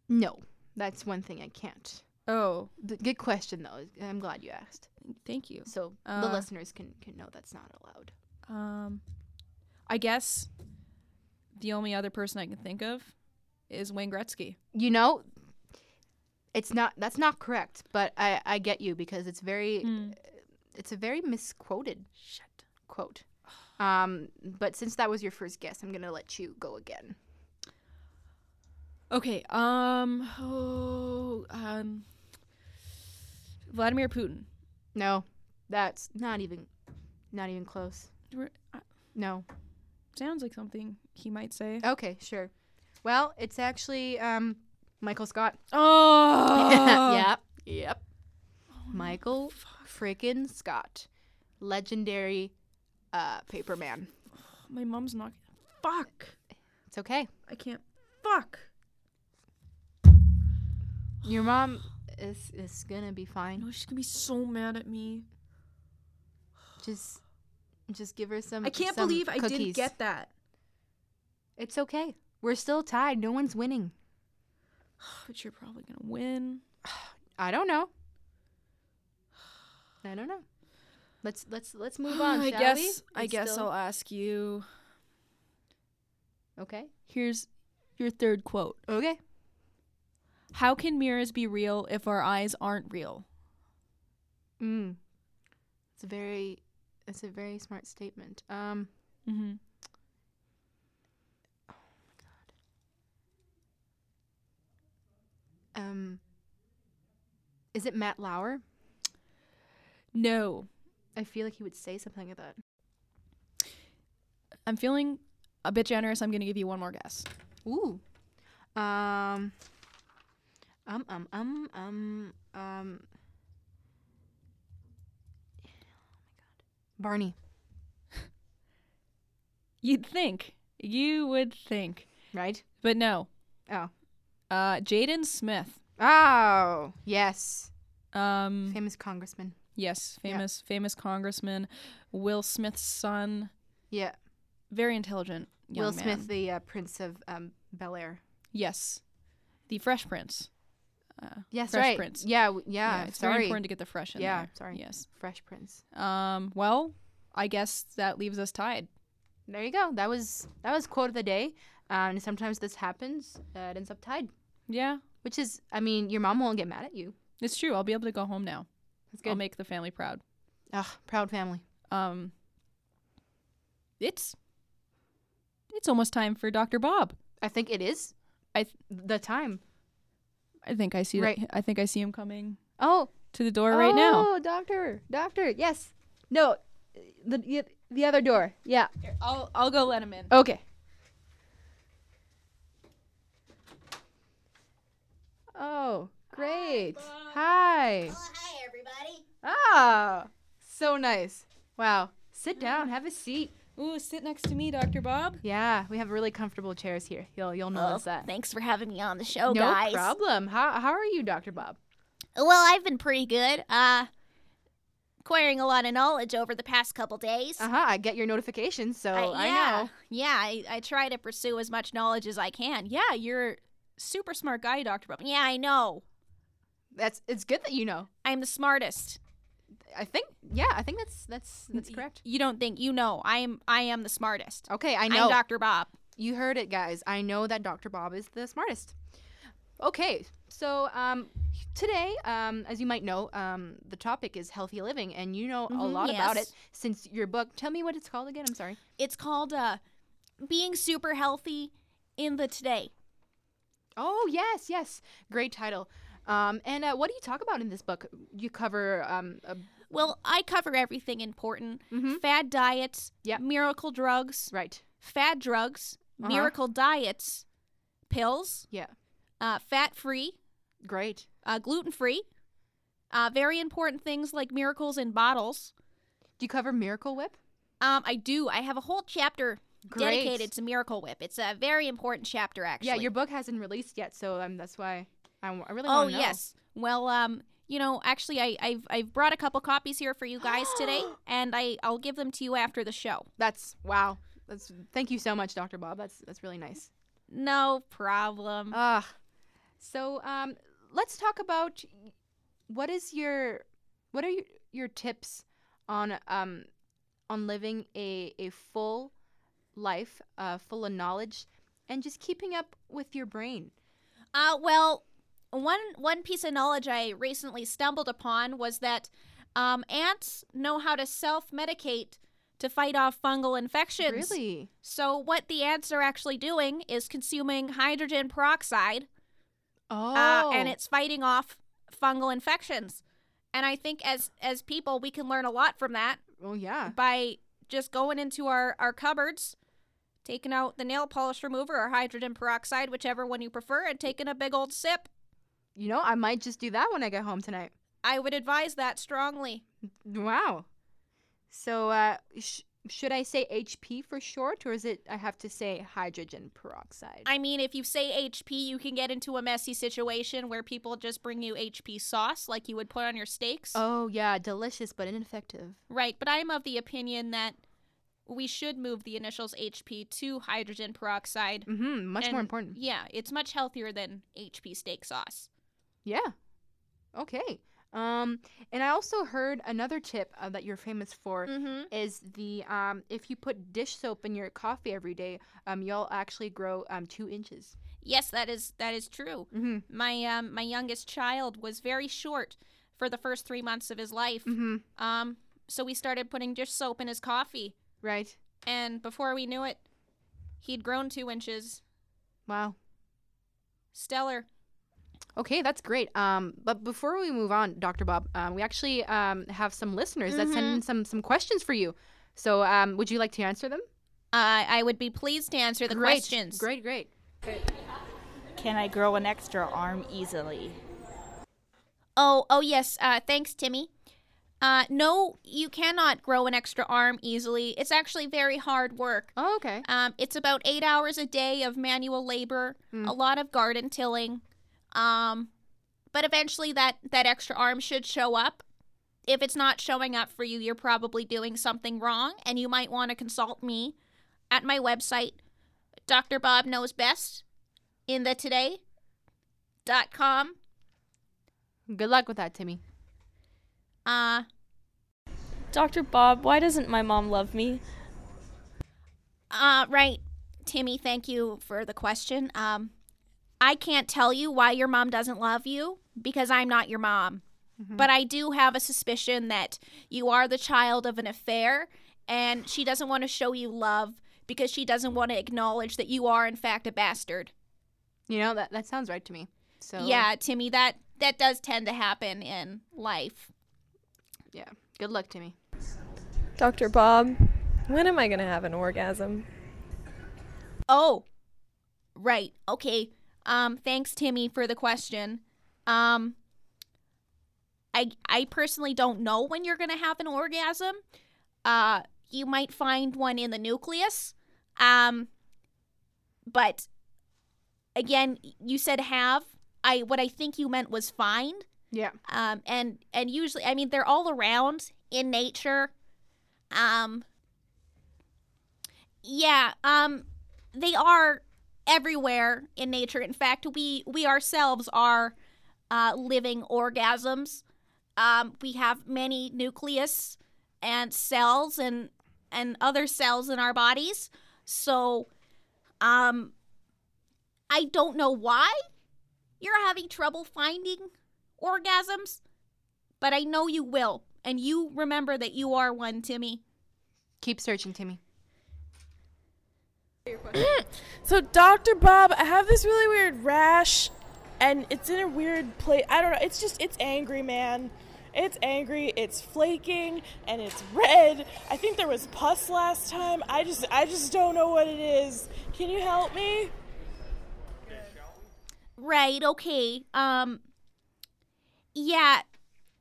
Speaker 2: No, that's one thing I can't.
Speaker 1: Oh,
Speaker 2: Th- Good question though. I'm glad you asked,
Speaker 1: thank you.
Speaker 2: so the
Speaker 1: Uh,
Speaker 2: listeners can can know that's not allowed.
Speaker 1: Um, I guess the only other person I can think of is Wayne Gretzky.
Speaker 2: You know, it's not that's not correct, but I I get you because it's very it's a very misquoted
Speaker 1: Hmm. Shit.
Speaker 2: quote. Um, but since that was your first guess, I'm gonna let you go again.
Speaker 1: Okay. Um. Oh. Um. Vladimir Putin.
Speaker 2: No, that's not even, not even close.
Speaker 1: We're- uh,
Speaker 2: No.
Speaker 1: Sounds like something he might say.
Speaker 2: Okay, sure. Well, it's actually um, Michael Scott.
Speaker 1: Oh.
Speaker 2: yep. Yep. Michael freaking Scott, legendary uh, paper man.
Speaker 1: My mom's not. Fuck.
Speaker 2: It's okay.
Speaker 1: I can't. Fuck.
Speaker 2: Your mom is is gonna be
Speaker 1: I
Speaker 2: fine.
Speaker 1: know she's gonna be so mad at me.
Speaker 2: Just, just give her some.
Speaker 1: I can't
Speaker 2: some
Speaker 1: believe I didn't
Speaker 2: cookies.
Speaker 1: get that.
Speaker 2: It's okay. We're still tied. No one's winning.
Speaker 1: But you're probably gonna win.
Speaker 2: I don't know. I don't know. Let's let's let's move on.
Speaker 1: I
Speaker 2: shall
Speaker 1: guess.
Speaker 2: we?
Speaker 1: I
Speaker 2: It's
Speaker 1: guess
Speaker 2: still-
Speaker 1: I'll ask you.
Speaker 2: Okay.
Speaker 1: Here's your third quote.
Speaker 2: Okay.
Speaker 1: How can mirrors be real if our eyes aren't real?
Speaker 2: Mm. It's a very it's a very smart statement. Um.
Speaker 1: Mm-hmm.
Speaker 2: Um. Is it Matt Lauer?
Speaker 1: No,
Speaker 2: I feel like he would say something like that.
Speaker 1: I'm feeling a bit generous. I'm gonna give you one more guess.
Speaker 2: Ooh. Um. Um. Um. Um. Um. Um. Barney,
Speaker 1: You'd think. You would think.
Speaker 2: right?
Speaker 1: But no.
Speaker 2: Oh.
Speaker 1: Uh, Jaden Smith.
Speaker 2: Oh, yes.
Speaker 1: Um,
Speaker 2: Famous congressman.
Speaker 1: yes,
Speaker 2: Yeah.
Speaker 1: famous, famous congressman, Will Smith's son.
Speaker 2: Yeah.
Speaker 1: Very intelligent young
Speaker 2: Will
Speaker 1: man.
Speaker 2: Smith, the uh, Prince of um, Bel Air.
Speaker 1: Yes, the Fresh Prince. Uh,
Speaker 2: Yes,
Speaker 1: Fresh
Speaker 2: right.
Speaker 1: Prince.
Speaker 2: Yeah, w- yeah.
Speaker 1: it's
Speaker 2: Ah, sorry.
Speaker 1: very important to get the fresh in
Speaker 2: Yeah,
Speaker 1: there.
Speaker 2: sorry.
Speaker 1: Yes.
Speaker 2: Fresh Prince.
Speaker 1: Um. Well, I guess that leaves us tied.
Speaker 2: There you go. That was that was quote of the day. Um, and sometimes this happens. Uh, it ends up tied,
Speaker 1: Yeah,
Speaker 2: which is, I mean, your mom won't get mad at you.
Speaker 1: it's true. I'll be able to go home now.
Speaker 2: That's
Speaker 1: I'll
Speaker 2: good.
Speaker 1: make the family proud.
Speaker 2: Ugh, proud family.
Speaker 1: um it's it's almost time for Dr. Bob.
Speaker 2: I think it is
Speaker 1: I th-
Speaker 2: the time.
Speaker 1: I think I see that-
Speaker 2: Right.
Speaker 1: I think I see him coming
Speaker 2: Oh,
Speaker 1: to the door right now.
Speaker 2: Oh, doctor, doctor, yes. No, the y- the other door. Yeah.
Speaker 1: I'll I'll go let him in.
Speaker 2: Okay. Oh, great. Hi.
Speaker 5: Oh, hi, everybody.
Speaker 2: Ah, so nice. Wow. Sit down. Have a seat.
Speaker 1: Ooh, sit next to me, Doctor Bob.
Speaker 2: Yeah, we have really comfortable chairs here. You'll you'll
Speaker 5: Oh,
Speaker 2: notice that.
Speaker 5: thanks for having me on the show,
Speaker 2: no
Speaker 5: guys.
Speaker 2: problem. How how are you, Doctor Bob?
Speaker 5: Well, I've been pretty good. Uh, acquiring a lot of knowledge over the past couple days.
Speaker 2: Uh huh. I get your notifications, so
Speaker 5: I-
Speaker 2: Oh, I,
Speaker 5: yeah,
Speaker 2: know.
Speaker 5: Yeah, I, I try to pursue as much knowledge as I can.
Speaker 1: Yeah, you're super smart guy, Doctor Bob.
Speaker 5: Yeah, I know.
Speaker 2: That's it's good that you know.
Speaker 5: I'm the smartest.
Speaker 2: I think yeah. I think that's that's that's
Speaker 5: Y-
Speaker 2: correct.
Speaker 5: You don't think you know? I am. I am the smartest.
Speaker 2: Okay, I
Speaker 5: I'm
Speaker 2: know.
Speaker 5: Dr. Bob.
Speaker 2: you heard it, guys. I know that Dr. Bob is the smartest. Okay, so um, today, um, as you might know, um, the topic is healthy living, and you know a
Speaker 5: Mhm,
Speaker 2: lot about
Speaker 5: yes.
Speaker 2: it since your book. Tell me what it's called again. I'm sorry.
Speaker 5: It's called uh, being super healthy in the today.
Speaker 2: Oh yes, yes, great title. Um, and uh, what do you talk about in this book? You cover um, a,
Speaker 5: Well, I cover everything important:
Speaker 2: Mhm.
Speaker 5: fad diets,
Speaker 2: Yeah.
Speaker 5: miracle drugs,
Speaker 2: right?
Speaker 5: fad drugs,
Speaker 2: Uh-huh.
Speaker 5: miracle diets, pills,
Speaker 2: Yeah,
Speaker 5: uh, fat free,
Speaker 2: great.
Speaker 5: uh, gluten free, uh, very important things like miracles in bottles.
Speaker 2: Do you cover Miracle Whip?
Speaker 5: Um, I do. I have a whole chapter
Speaker 2: Great.
Speaker 5: dedicated to Miracle Whip. It's a very important chapter, actually.
Speaker 2: Yeah, your book hasn't released yet, so um, that's why I, w- I really
Speaker 5: Oh
Speaker 2: want to know.
Speaker 5: yes. Well, um, you know, actually, I, I've I've brought a couple copies here for you guys today, and I I'll give them to you after the show.
Speaker 2: That's wow. That's thank you so much, Dr. Bob. That's that's really nice.
Speaker 5: No problem.
Speaker 2: Ah, so um, let's talk about y- what is your what are your, your tips on um on living a a full life, uh, full of knowledge, and just keeping up with your brain.
Speaker 5: Uh, well, one one piece of knowledge I recently stumbled upon was that um, ants know how to self-medicate to fight off fungal infections.
Speaker 2: Really?
Speaker 5: So what the ants are actually doing is consuming hydrogen peroxide,
Speaker 2: Oh,
Speaker 5: uh, and it's fighting off fungal infections. And I think as as people, we can learn a lot from that.
Speaker 2: oh yeah.
Speaker 5: by just going into our, our cupboards, taking out the nail polish remover or hydrogen peroxide, whichever one you prefer, and taking a big old sip.
Speaker 2: You know, I might just do that when I get home tonight.
Speaker 5: I would advise that strongly.
Speaker 2: Wow. So, uh, sh- should I say HP for short, or is it I have to say hydrogen peroxide?
Speaker 5: I mean, if you say HP, you can get into a messy situation where people just bring you HP sauce like you would put on your steaks.
Speaker 2: oh yeah, delicious but ineffective.
Speaker 5: Right, but I'm of the opinion that we should move the initials HP to hydrogen peroxide.
Speaker 2: Mm-hmm. Much more
Speaker 5: And,
Speaker 2: important.
Speaker 5: Yeah, it's much healthier than HP steak sauce.
Speaker 2: Yeah. Okay. Um, and I also heard another tip uh, that you're famous for
Speaker 5: Mm-hmm.
Speaker 2: is the um, if you put dish soap in your coffee every day, um, you'll actually grow um two inches.
Speaker 5: Yes, that is that is true.
Speaker 2: Mm-hmm.
Speaker 5: My um, my youngest child was very short for the first three months of his life.
Speaker 2: Mm-hmm.
Speaker 5: Um, so we started putting dish soap in his coffee,
Speaker 2: Right.
Speaker 5: and before we knew it, he'd grown two inches.
Speaker 2: Wow.
Speaker 5: Stellar.
Speaker 2: Okay, that's great. Um, but before we move on, Dr. Bob, um, we actually um, have some listeners that
Speaker 5: Mm-hmm.
Speaker 2: send in some some questions for you. So, um, would you like to answer them?
Speaker 5: Uh, I would be pleased to answer the
Speaker 2: great.
Speaker 5: questions.
Speaker 2: Great, great.
Speaker 6: Can I grow an extra arm easily?
Speaker 5: Oh, oh yes. Uh, thanks, Timmy. Uh, no, you cannot grow an extra arm easily. It's actually very hard work.
Speaker 2: Oh, okay.
Speaker 5: Um, it's about eight hours a day of manual labor, a lot of garden tilling. Um, but eventually, that, that extra arm should show up. If it's not showing up for you, you're probably doing something wrong, and you might want to consult me at my website, Dr. Bob Knows Best, in the today. Dot com.
Speaker 2: Good luck with that, Timmy.
Speaker 5: Uh,
Speaker 7: Dr. Bob, why doesn't my mom love me?
Speaker 5: Uh, right. Timmy, thank you for the question. Um, I can't tell you why your mom doesn't love you because I'm not your mom.
Speaker 7: Mm-hmm.
Speaker 5: But I do have a suspicion that you are the child of an affair and she doesn't want to show you love because she doesn't want to acknowledge that you are, in fact, a bastard.
Speaker 2: You know, that, that sounds right to me. So
Speaker 5: Yeah, Timmy, that that does tend to happen in life.
Speaker 2: Yeah. Good luck, Timmy.
Speaker 8: Dr. Bob, when am I going to have an orgasm?
Speaker 5: Oh, right. Okay. Um, thanks, Timmy, for the question. Um, I I personally don't know when you're gonna have an orgasm. Uh, you might find one in the nucleus. Um, but again, you said have. I what I think you meant was find
Speaker 2: Yeah.
Speaker 5: um, and and usually i mean they're all around in nature um yeah um they are everywhere in nature in fact we we ourselves are uh living orgasms um we have many nucleus and cells and and other cells in our bodies so um i don't know why you're having trouble finding orgasms, but I know you will. And you remember that you are one, Timmy.
Speaker 2: Keep searching, Timmy.
Speaker 8: So, Dr. Bob, I have this really weird rash, and it's in a weird place. I don't know. It's just, it's angry, man. It's angry, it's flaking, and it's red. I think there was pus last time. I just, I just don't know what it is. Can you help me?
Speaker 5: Right, okay. Um Yeah,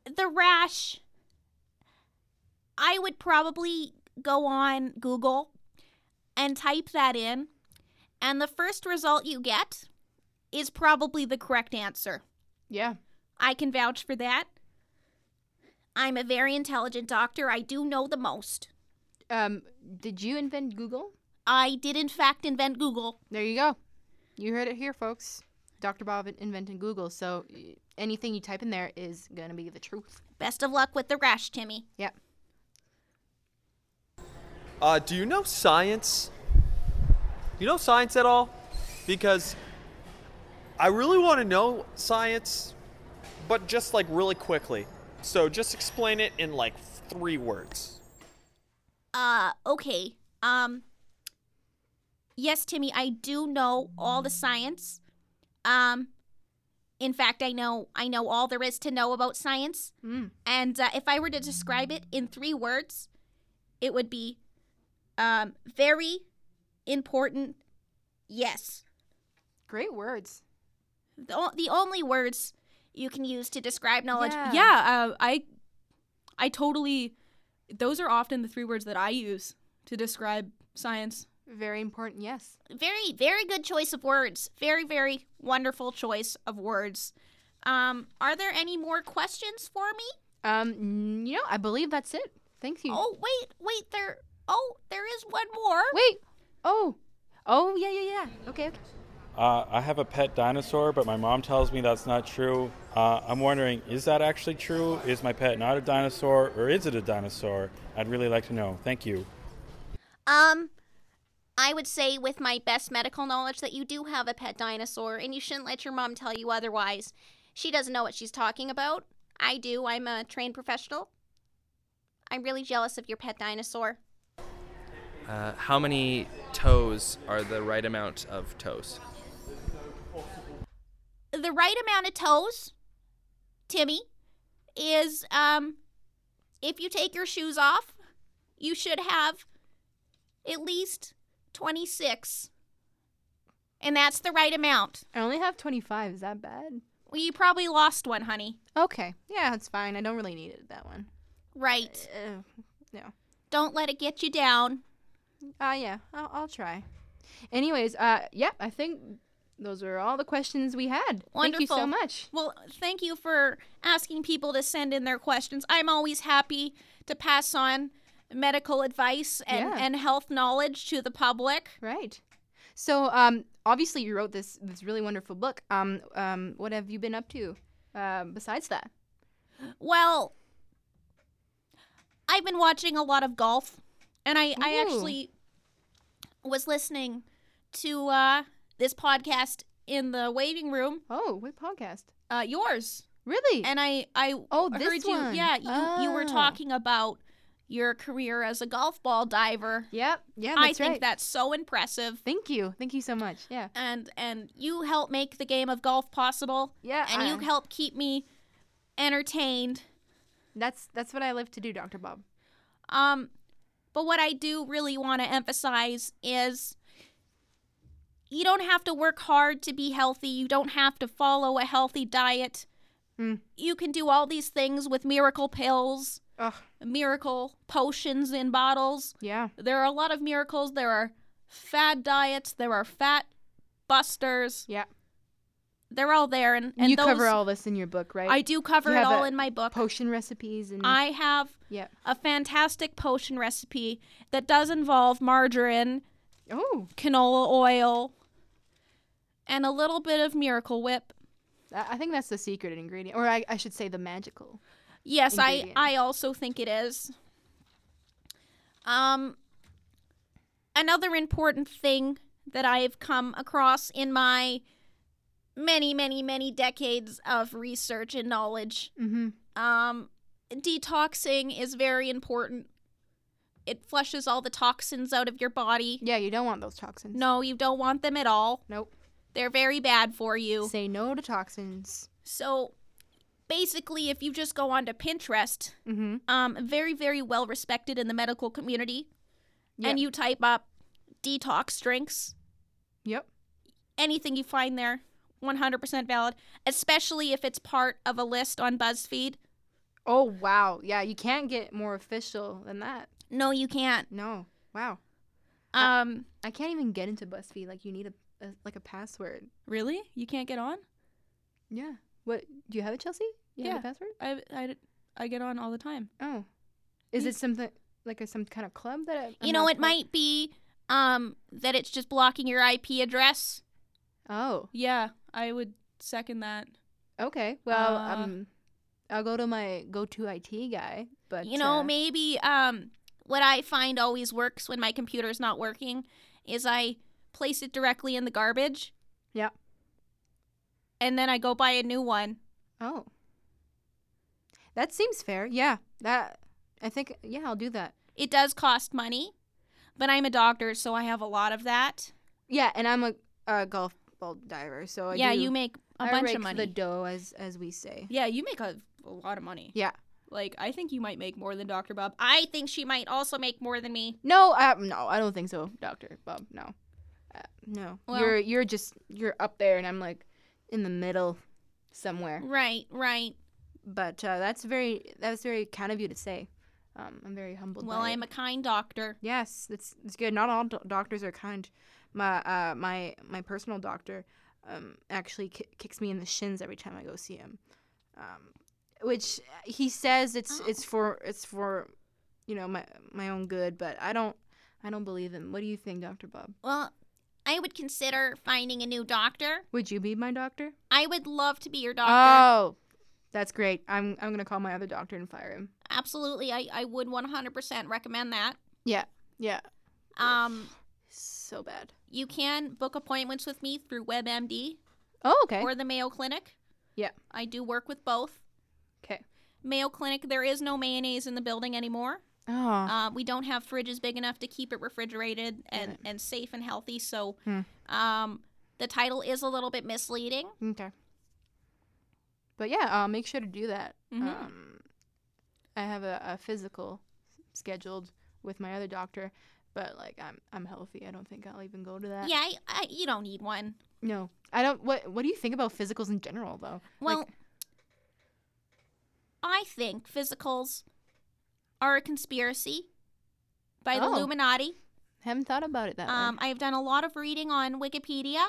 Speaker 5: the rash I would probably go on Google and type that in, and the first result you get is probably the correct answer.
Speaker 2: Yeah.
Speaker 5: I can vouch for that. I'm a very intelligent doctor. I do know the most.
Speaker 2: Um, did you invent Google?
Speaker 5: I did, in fact, invent Google.
Speaker 2: There you go. You heard it here, folks. Dr. Bob in- invented Google, so y- anything you type in there is gonna be the truth.
Speaker 5: Best of luck with the rash, Timmy.
Speaker 2: Yep.
Speaker 9: Uh, do you know science? Do you know science at all? Because I really want to know science, but just like really quickly. So just explain it in like three words.
Speaker 5: Uh, okay. Um, yes, Timmy, I do know all the science. Um, in fact, I know I know all there is to know about science.
Speaker 2: Mm.
Speaker 5: And uh, if I were to describe it in three words, it would be, um, very important. Yes.
Speaker 2: Great words.
Speaker 5: the, o- the only words you can use to describe knowledge.
Speaker 2: Yeah.
Speaker 1: Yeah, uh, I, I totally. Those are often the three words that I use to describe science.
Speaker 2: Very important, yes.
Speaker 5: Very, very good choice of words. Very, very wonderful choice of words. Um, are there any more questions for me?
Speaker 2: Um, n- you know, I believe that's it. Thank you.
Speaker 5: Oh, wait, wait, there. Oh, there is one more.
Speaker 2: Wait. Oh. Oh, yeah, yeah, yeah. Okay, okay.
Speaker 10: Uh, I have a pet dinosaur, but my mom tells me that's not true. Uh, I'm wondering, is that actually true? Is my pet not a dinosaur, or is it a dinosaur? I'd really like to know. Thank you.
Speaker 5: Um, I would say, with my best medical knowledge, that you do have a pet dinosaur, and you shouldn't let your mom tell you otherwise. She doesn't know what she's talking about. I do. I'm a trained professional. I'm really jealous of your pet dinosaur.
Speaker 11: Uh, how many toes are the right amount of toes?
Speaker 5: the right amount of toes, Timmy, is um if you take your shoes off, you should have at least 26. And that's the right amount.
Speaker 2: I only have 25. Is that bad?
Speaker 5: Well, you probably lost one, honey.
Speaker 2: Okay. Yeah, that's fine. I don't really need it, that one.
Speaker 5: Right.
Speaker 2: Uh,
Speaker 5: Don't let it get you down.
Speaker 2: uh yeah. I'll, I'll try. Anyways, uh, yeah, I think those are all the questions we had. Thank you so
Speaker 5: Wonderful.
Speaker 2: much.
Speaker 5: Well, thank you for asking people to send in their questions. I'm always happy to pass on medical advice and,
Speaker 2: Yeah.
Speaker 5: and health knowledge to the public.
Speaker 2: Right. So, um, obviously, you wrote this this really wonderful book. Um, um, what have you been up to, um, besides that?
Speaker 5: Well, I've been watching a lot of golf, and I, I
Speaker 2: Ooh.
Speaker 5: actually was listening to uh, this podcast in the waiting room,
Speaker 2: Oh, what podcast?
Speaker 5: uh, yours,
Speaker 2: Really?
Speaker 5: and I I
Speaker 2: Oh, this
Speaker 5: heard you.
Speaker 2: one.
Speaker 5: Yeah, you, you were
Speaker 2: Oh.
Speaker 5: talking about your career as a golf ball diver.
Speaker 2: Yep. Yeah,
Speaker 5: I
Speaker 2: that's
Speaker 5: think
Speaker 2: right.
Speaker 5: that's so impressive.
Speaker 2: Thank you. Thank you so much. Yeah.
Speaker 5: And and you help make the game of golf possible.
Speaker 2: Yeah,
Speaker 5: And you
Speaker 2: I-
Speaker 5: help keep me entertained.
Speaker 2: That's that's what I live to do, Dr. Bob.
Speaker 5: Um but what I do really want to emphasize is you don't have to work hard to be healthy. You don't have to follow a healthy diet.
Speaker 2: Mm.
Speaker 5: You can do all these things with miracle pills,
Speaker 2: Ugh.
Speaker 5: miracle potions in bottles.
Speaker 2: Yeah.
Speaker 5: There are a lot of miracles. There are fad diets. There are fat busters.
Speaker 2: Yeah.
Speaker 5: They're all there. And, and
Speaker 2: you
Speaker 5: those,
Speaker 2: cover all this in your book, right?
Speaker 5: I do cover
Speaker 2: You
Speaker 5: it
Speaker 2: have
Speaker 5: all
Speaker 2: a-
Speaker 5: in my book.
Speaker 2: potion recipes and
Speaker 5: I have
Speaker 2: yeah.
Speaker 5: a fantastic potion recipe that does involve margarine,
Speaker 2: oh,
Speaker 5: canola oil, and a little bit of Miracle Whip.
Speaker 2: I I think that's the secret ingredient, or I, I should say the magical.
Speaker 5: Yes, I
Speaker 2: ingredient.
Speaker 5: I also think it is. Um another important thing that I've come across in my many many many decades of research and knowledge
Speaker 2: Mm-hmm.
Speaker 5: um detoxing is very important. It flushes all the toxins out of your body.
Speaker 2: Yeah, you don't want those toxins.
Speaker 5: No, you don't want them at all.
Speaker 2: Nope.
Speaker 5: They're very bad for you.
Speaker 2: Say no to toxins.
Speaker 5: So basically if you just go onto Pinterest
Speaker 2: Mm-hmm.
Speaker 5: um, very, very well respected in the medical community.
Speaker 2: Yep.
Speaker 5: And you type up detox drinks,
Speaker 2: Yep.
Speaker 5: anything you find there, 100% valid, especially if it's part of a list on BuzzFeed.
Speaker 2: Oh wow. Yeah, you can't get more official than that.
Speaker 5: No, you can't.
Speaker 2: No. Wow.
Speaker 5: Um,
Speaker 2: I can't even get into BuzzFeed. Like you need a, a like a password.
Speaker 1: Really? You can't get on?
Speaker 2: Yeah. What do you have it, Chelsea? You have a password?
Speaker 1: I, I, I get on all the time.
Speaker 2: Oh. Is
Speaker 1: You-
Speaker 2: it something like a, some kind of club that I, I'm
Speaker 5: you know,
Speaker 2: not
Speaker 5: it
Speaker 2: part-
Speaker 5: might be um, that it's just blocking your IP address.
Speaker 2: Oh.
Speaker 1: Yeah, I would second that.
Speaker 2: Okay. Well,
Speaker 1: Uh,
Speaker 2: um, I'll go to my go-to IT guy, but
Speaker 5: you know,
Speaker 2: uh,
Speaker 5: maybe um, what I find always works when my computer's not working is I place it directly in the garbage.
Speaker 2: Yeah.
Speaker 5: And then I go buy a new one.
Speaker 2: Oh. That seems fair. Yeah. That I think yeah, I'll do that.
Speaker 5: It does cost money, but I'm a doctor, so I have a lot of that.
Speaker 2: Yeah, and I'm a, a golf ball diver, so I
Speaker 5: yeah,
Speaker 2: do-
Speaker 5: you make a
Speaker 2: I
Speaker 5: bunch
Speaker 2: rake
Speaker 5: of money.
Speaker 2: the dough as as we say.
Speaker 1: Yeah, you make a, a lot of money.
Speaker 2: Yeah.
Speaker 1: Like, I think you might make more than Dr. Bob.
Speaker 5: I think she might also make more than me.
Speaker 2: No, I, no, I don't think so, Doctor Bob. No, uh, no.
Speaker 5: Well-
Speaker 2: you're you're just you're up there, and I'm like in the middle somewhere.
Speaker 5: Right, right.
Speaker 2: But uh, that's very that's very kind of you to say. Um, I'm very humbled.
Speaker 5: Well,
Speaker 2: by
Speaker 5: I'm
Speaker 2: it.
Speaker 5: a kind doctor.
Speaker 2: yes, that's that's good. Not all do- doctors are kind. My uh, my my personal doctor um, actually ki- kicks me in the shins every time I go see him, um, which uh, he says it's it's for it's for you know my my own good, but I don't I don't believe him. What do you think, Doctor Bob?
Speaker 5: Well, I would consider finding a new doctor.
Speaker 2: Would you be my doctor?
Speaker 5: I would love to be your doctor.
Speaker 2: Oh, that's great. I'm I'm gonna call my other doctor and fire him.
Speaker 5: Absolutely, I, I would 100% recommend that.
Speaker 2: Yeah, yeah.
Speaker 5: Um,
Speaker 2: So bad.
Speaker 5: you can book appointments with me through WebMD
Speaker 2: Oh, okay.
Speaker 5: or the Mayo Clinic.
Speaker 2: yeah.
Speaker 5: I do work with both.
Speaker 2: Okay.
Speaker 5: Mayo Clinic, there is no mayonnaise in the building anymore.
Speaker 2: Oh.
Speaker 5: Uh, we don't have fridges big enough to keep it refrigerated and, and safe and healthy. So
Speaker 2: Hmm.
Speaker 5: um, the title is a little bit misleading.
Speaker 2: okay. But yeah, uh, make sure to do that.
Speaker 5: Mhm.
Speaker 2: Um, I have a, a physical scheduled with my other doctor, but like I'm I'm healthy. I don't think I'll even go to that.
Speaker 5: Yeah, I, I, you don't need one.
Speaker 2: No, I don't. What What do you think about physicals in general, though?
Speaker 5: Well,
Speaker 2: Like-
Speaker 5: I think physicals are a conspiracy by the
Speaker 2: Oh.
Speaker 5: Illuminati.
Speaker 2: haven't thought about it that
Speaker 5: Um,
Speaker 2: way.
Speaker 5: I have done a lot of reading on Wikipedia.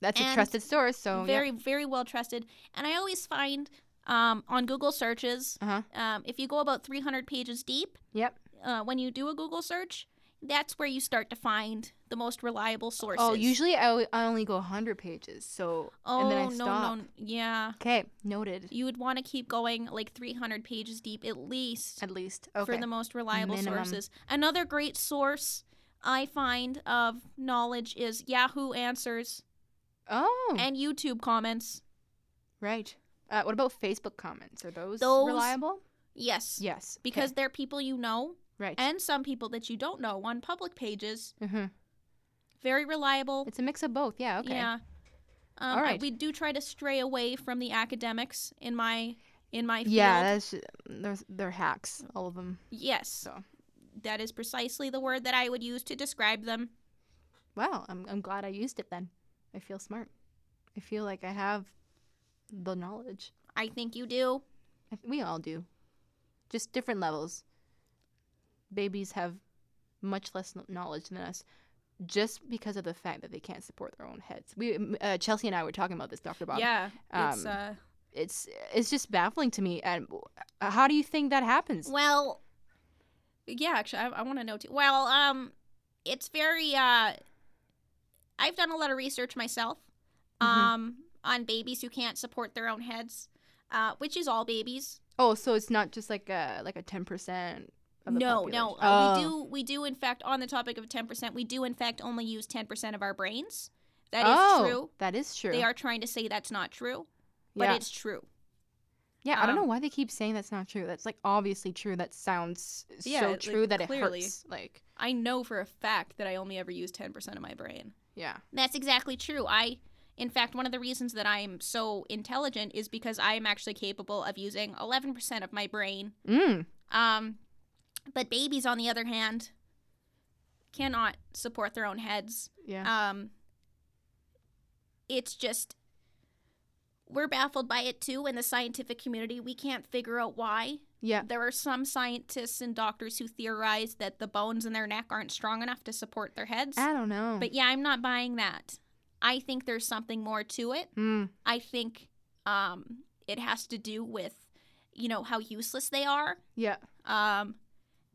Speaker 2: That's a
Speaker 5: and
Speaker 2: trusted source, so
Speaker 5: very, very well trusted. And I always find um, on Google searches,
Speaker 2: Uh huh.
Speaker 5: um, if you go about 300 pages deep,
Speaker 2: Yep.
Speaker 5: uh, when you do a Google search, that's where you start to find the most reliable sources.
Speaker 2: Oh, usually I, o- I only go 100 pages, so and then I
Speaker 5: Oh, no,
Speaker 2: stop.
Speaker 5: no, yeah.
Speaker 2: Okay, noted.
Speaker 5: You would want to keep going like 300 pages deep at least
Speaker 2: At least okay.
Speaker 5: for the most reliable
Speaker 2: Minimum.
Speaker 5: sources. Another great source I find of knowledge is Yahoo Answers
Speaker 2: oh,
Speaker 5: and YouTube comments.
Speaker 2: right. Uh, what about Facebook comments? Are those,
Speaker 5: Those-
Speaker 2: reliable?
Speaker 5: Yes.
Speaker 2: Yes.
Speaker 5: Because they're people you know.
Speaker 2: Right.
Speaker 5: And some people that you don't know on public pages.
Speaker 2: Mhm.
Speaker 5: Very reliable.
Speaker 2: It's a mix of both. Yeah. Okay.
Speaker 5: Yeah. Um,
Speaker 2: All
Speaker 5: I-
Speaker 2: right.
Speaker 5: we do try to stray away from the academics in my in my field.
Speaker 2: yeah. That's they're they're hacks. All of them.
Speaker 5: yes. That is precisely the word that I would use to describe them.
Speaker 2: Wow. I'm I'm glad I used it then. I feel smart. I feel like I have the knowledge.
Speaker 5: I think you do.
Speaker 2: I th- we all do. Just different levels. Babies have much less kn- knowledge than us just because of the fact that they can't support their own heads. We m- uh, Chelsea and I were talking about this Dr. Bob.
Speaker 1: Yeah, it's,
Speaker 2: Um,
Speaker 1: uh,
Speaker 2: it's it's just baffling to me and w- uh, how do you think that happens?
Speaker 5: Well, yeah, actually, I, I want to know too. Well, um, it's very. Uh, I've done a lot of research myself,
Speaker 2: Mhm.
Speaker 5: um, on babies who can't support their own heads, uh, which is all babies.
Speaker 2: Oh, so it's not just like a like a 10% of the
Speaker 5: No,
Speaker 2: population.
Speaker 5: no, uh, we
Speaker 2: Oh.
Speaker 5: do. We do in fact on the topic of ten percent. We do in fact only use ten percent of our brains. That is
Speaker 2: Oh,
Speaker 5: true.
Speaker 2: That is true.
Speaker 5: They are trying to say that's not true, but
Speaker 2: Yeah.
Speaker 5: it's true.
Speaker 2: Yeah, I don't know
Speaker 5: Um,
Speaker 2: why they keep saying that's not true. That's like obviously true. That sounds s-
Speaker 5: Yeah,
Speaker 2: so
Speaker 5: like,
Speaker 2: true that
Speaker 5: clearly.
Speaker 2: it hurts. Like,
Speaker 1: I know for a fact that I only ever use 10% of my brain.
Speaker 2: yeah.
Speaker 5: That's exactly true. I, in fact, one of the reasons that I'm so intelligent is because I am actually capable of using 11% of my brain.
Speaker 2: Mm.
Speaker 5: Um, but babies, on the other hand, cannot support their own heads.
Speaker 2: Yeah.
Speaker 5: Um, it's just we're baffled by it too in the scientific community. We can't figure out why.
Speaker 2: Yeah.
Speaker 5: There are some scientists and doctors who theorize that the bones in their neck aren't strong enough to support their heads.
Speaker 2: I don't know.
Speaker 5: But yeah, I'm not buying that. I think there's something more to it.
Speaker 2: Mm.
Speaker 5: I think um, it has to do with, you know, how useless they are.
Speaker 2: Yeah.
Speaker 5: Um,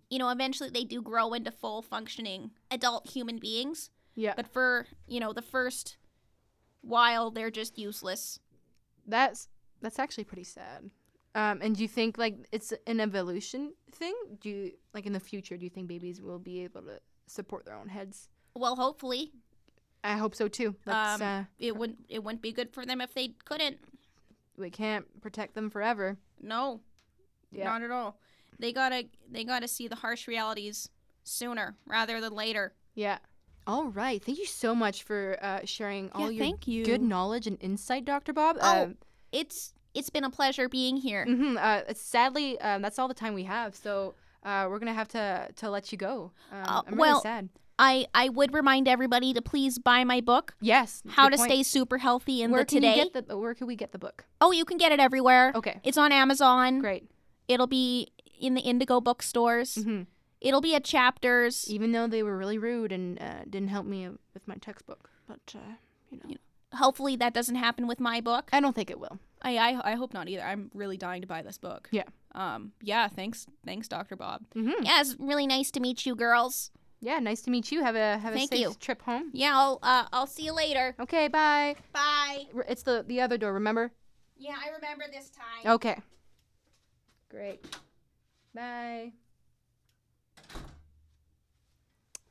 Speaker 5: you know, eventually they do grow into full functioning adult human beings.
Speaker 2: Yeah.
Speaker 5: But for, you know, the first while, they're just useless.
Speaker 2: That's that's actually pretty sad. Um, and do you think like it's an evolution thing? Do you like in the future? Do you think babies will be able to support their own heads?
Speaker 5: Well, hopefully.
Speaker 2: I hope so too. That's,
Speaker 5: Um,
Speaker 2: uh,
Speaker 5: it wouldn't it wouldn't be good for them if they couldn't.
Speaker 2: we can't protect them forever.
Speaker 5: No.
Speaker 2: Yeah.
Speaker 5: Not at all. They gotta they gotta see the harsh realities sooner rather than later.
Speaker 2: Yeah. All right. Thank you so much for uh, sharing all your
Speaker 5: thank you.
Speaker 2: good knowledge and insight, Dr. Bob.
Speaker 5: Oh,
Speaker 2: Um,
Speaker 5: it's it's been a pleasure being here.
Speaker 2: hmm Uh, sadly, um, that's all the time we have. So uh, we're gonna have to to let you go. Um,
Speaker 5: Uh,
Speaker 2: I'm
Speaker 5: well,
Speaker 2: really sad.
Speaker 5: I I would remind everybody to please buy my book.
Speaker 2: Yes.
Speaker 5: How
Speaker 2: good
Speaker 5: to
Speaker 2: point.
Speaker 5: stay super healthy in
Speaker 2: Where
Speaker 5: the
Speaker 2: can
Speaker 5: today.
Speaker 2: you get the Where can we get the book?
Speaker 5: oh, you can get it everywhere.
Speaker 2: Okay.
Speaker 5: It's on Amazon.
Speaker 2: Great. Mm-hmm.
Speaker 5: It'll be in the Indigo bookstores. It'll be at chapters.
Speaker 2: Even though they were really rude and uh, didn't help me with my textbook, but uh, you know,
Speaker 5: Hopefully that doesn't happen with my book.
Speaker 2: I don't think it will.
Speaker 1: I, I I hope not either. I'm really dying to buy this book.
Speaker 2: Yeah.
Speaker 1: Um. Yeah. Thanks. Thanks, Doctor Bob.
Speaker 5: Yeah, it's really nice to meet you girls.
Speaker 2: Mm-hmm. Yeah. Nice to meet you. Have a have
Speaker 5: Thank
Speaker 2: a safe
Speaker 5: you.
Speaker 2: trip home.
Speaker 5: Yeah, I'll uh, I'll see you later.
Speaker 2: Okay. Bye.
Speaker 5: Bye.
Speaker 2: R- It's the the other door. Remember?
Speaker 5: Yeah, I remember this time.
Speaker 2: Okay. Great. Bye.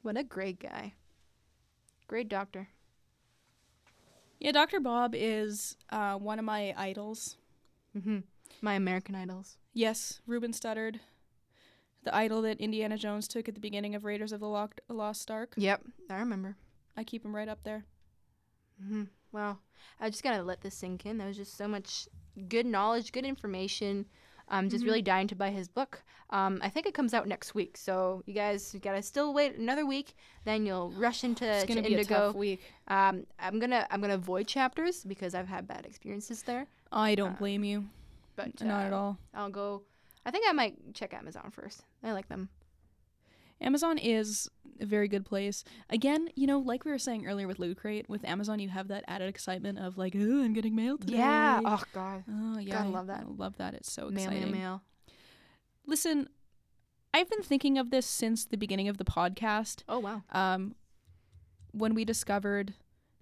Speaker 2: What a great guy. Great doctor.
Speaker 1: Yeah. Doctor Bob is uh, one of my idols.
Speaker 2: hmm My American Idols.
Speaker 1: Yes, Ruben Studdard, the idol that Indiana Jones took at the beginning of Raiders of the Locked, Lost Ark.
Speaker 2: Yep, I remember.
Speaker 1: I keep him right up there.
Speaker 2: hmm Wow. I just gotta let this sink in. There was just so much good knowledge, good information. I'm just
Speaker 1: Mhm.
Speaker 2: really dying to buy his book. Um, I think it comes out next week, so you guys you gotta still wait another week. Then you'll rush into
Speaker 1: It's
Speaker 2: to
Speaker 1: gonna be a
Speaker 2: Uh, Indigo.
Speaker 1: tough week.
Speaker 2: Um, I'm gonna I'm gonna avoid chapters because I've had bad experiences there.
Speaker 1: I don't
Speaker 2: Uh,
Speaker 1: blame you.
Speaker 2: but
Speaker 1: Not at
Speaker 2: uh,
Speaker 1: all.
Speaker 2: I'll go. I think I might check Amazon first. I like them.
Speaker 1: Amazon is a very good place. Again, you know, like we were saying earlier with Loot Crate, with Amazon you have that added excitement of like, ooh, I'm getting mail today.
Speaker 2: Yeah. Oh God.
Speaker 1: Oh yeah.
Speaker 2: Gotta
Speaker 1: I
Speaker 2: love that.
Speaker 1: Love that. It's so
Speaker 2: Mail,
Speaker 1: exciting.
Speaker 2: mail, mail.
Speaker 1: Listen, I've been thinking of this since the beginning of the podcast.
Speaker 2: Oh wow.
Speaker 1: Um, when we discovered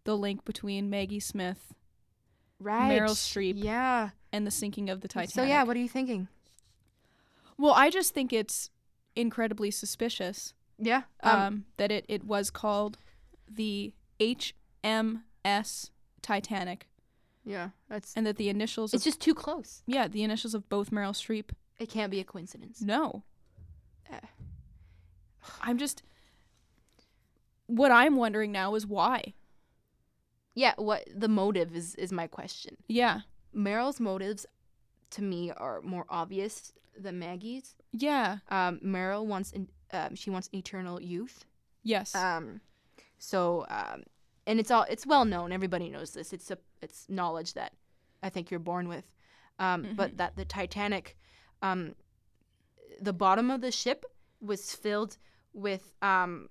Speaker 1: the link between Maggie Smith
Speaker 2: Right.
Speaker 1: Meryl Streep.
Speaker 2: Yeah.
Speaker 1: and the sinking of the Titanic.
Speaker 2: So yeah, what are you thinking?
Speaker 1: Well, I just think it's incredibly suspicious
Speaker 2: Yeah.
Speaker 1: um, that it, it was called the HMS Titanic
Speaker 2: yeah. That's.
Speaker 1: and that the initials
Speaker 2: It's
Speaker 1: of,
Speaker 2: just too close.
Speaker 1: yeah, the initials of both Meryl Streep
Speaker 2: It can't be a coincidence.
Speaker 1: No.
Speaker 2: Eh.
Speaker 1: I'm just. What I'm wondering now is why.
Speaker 2: Yeah, what the motive is is my question.
Speaker 1: Yeah.
Speaker 2: Meryl's motives to me are more obvious than Maggie's.
Speaker 1: Yeah.
Speaker 2: Um Meryl wants an, um she wants eternal youth.
Speaker 1: Yes.
Speaker 2: Um so um and it's all it's well known, everybody knows this. It's a it's knowledge that I think you're born with. Um but that the Titanic um the bottom of the ship was filled with um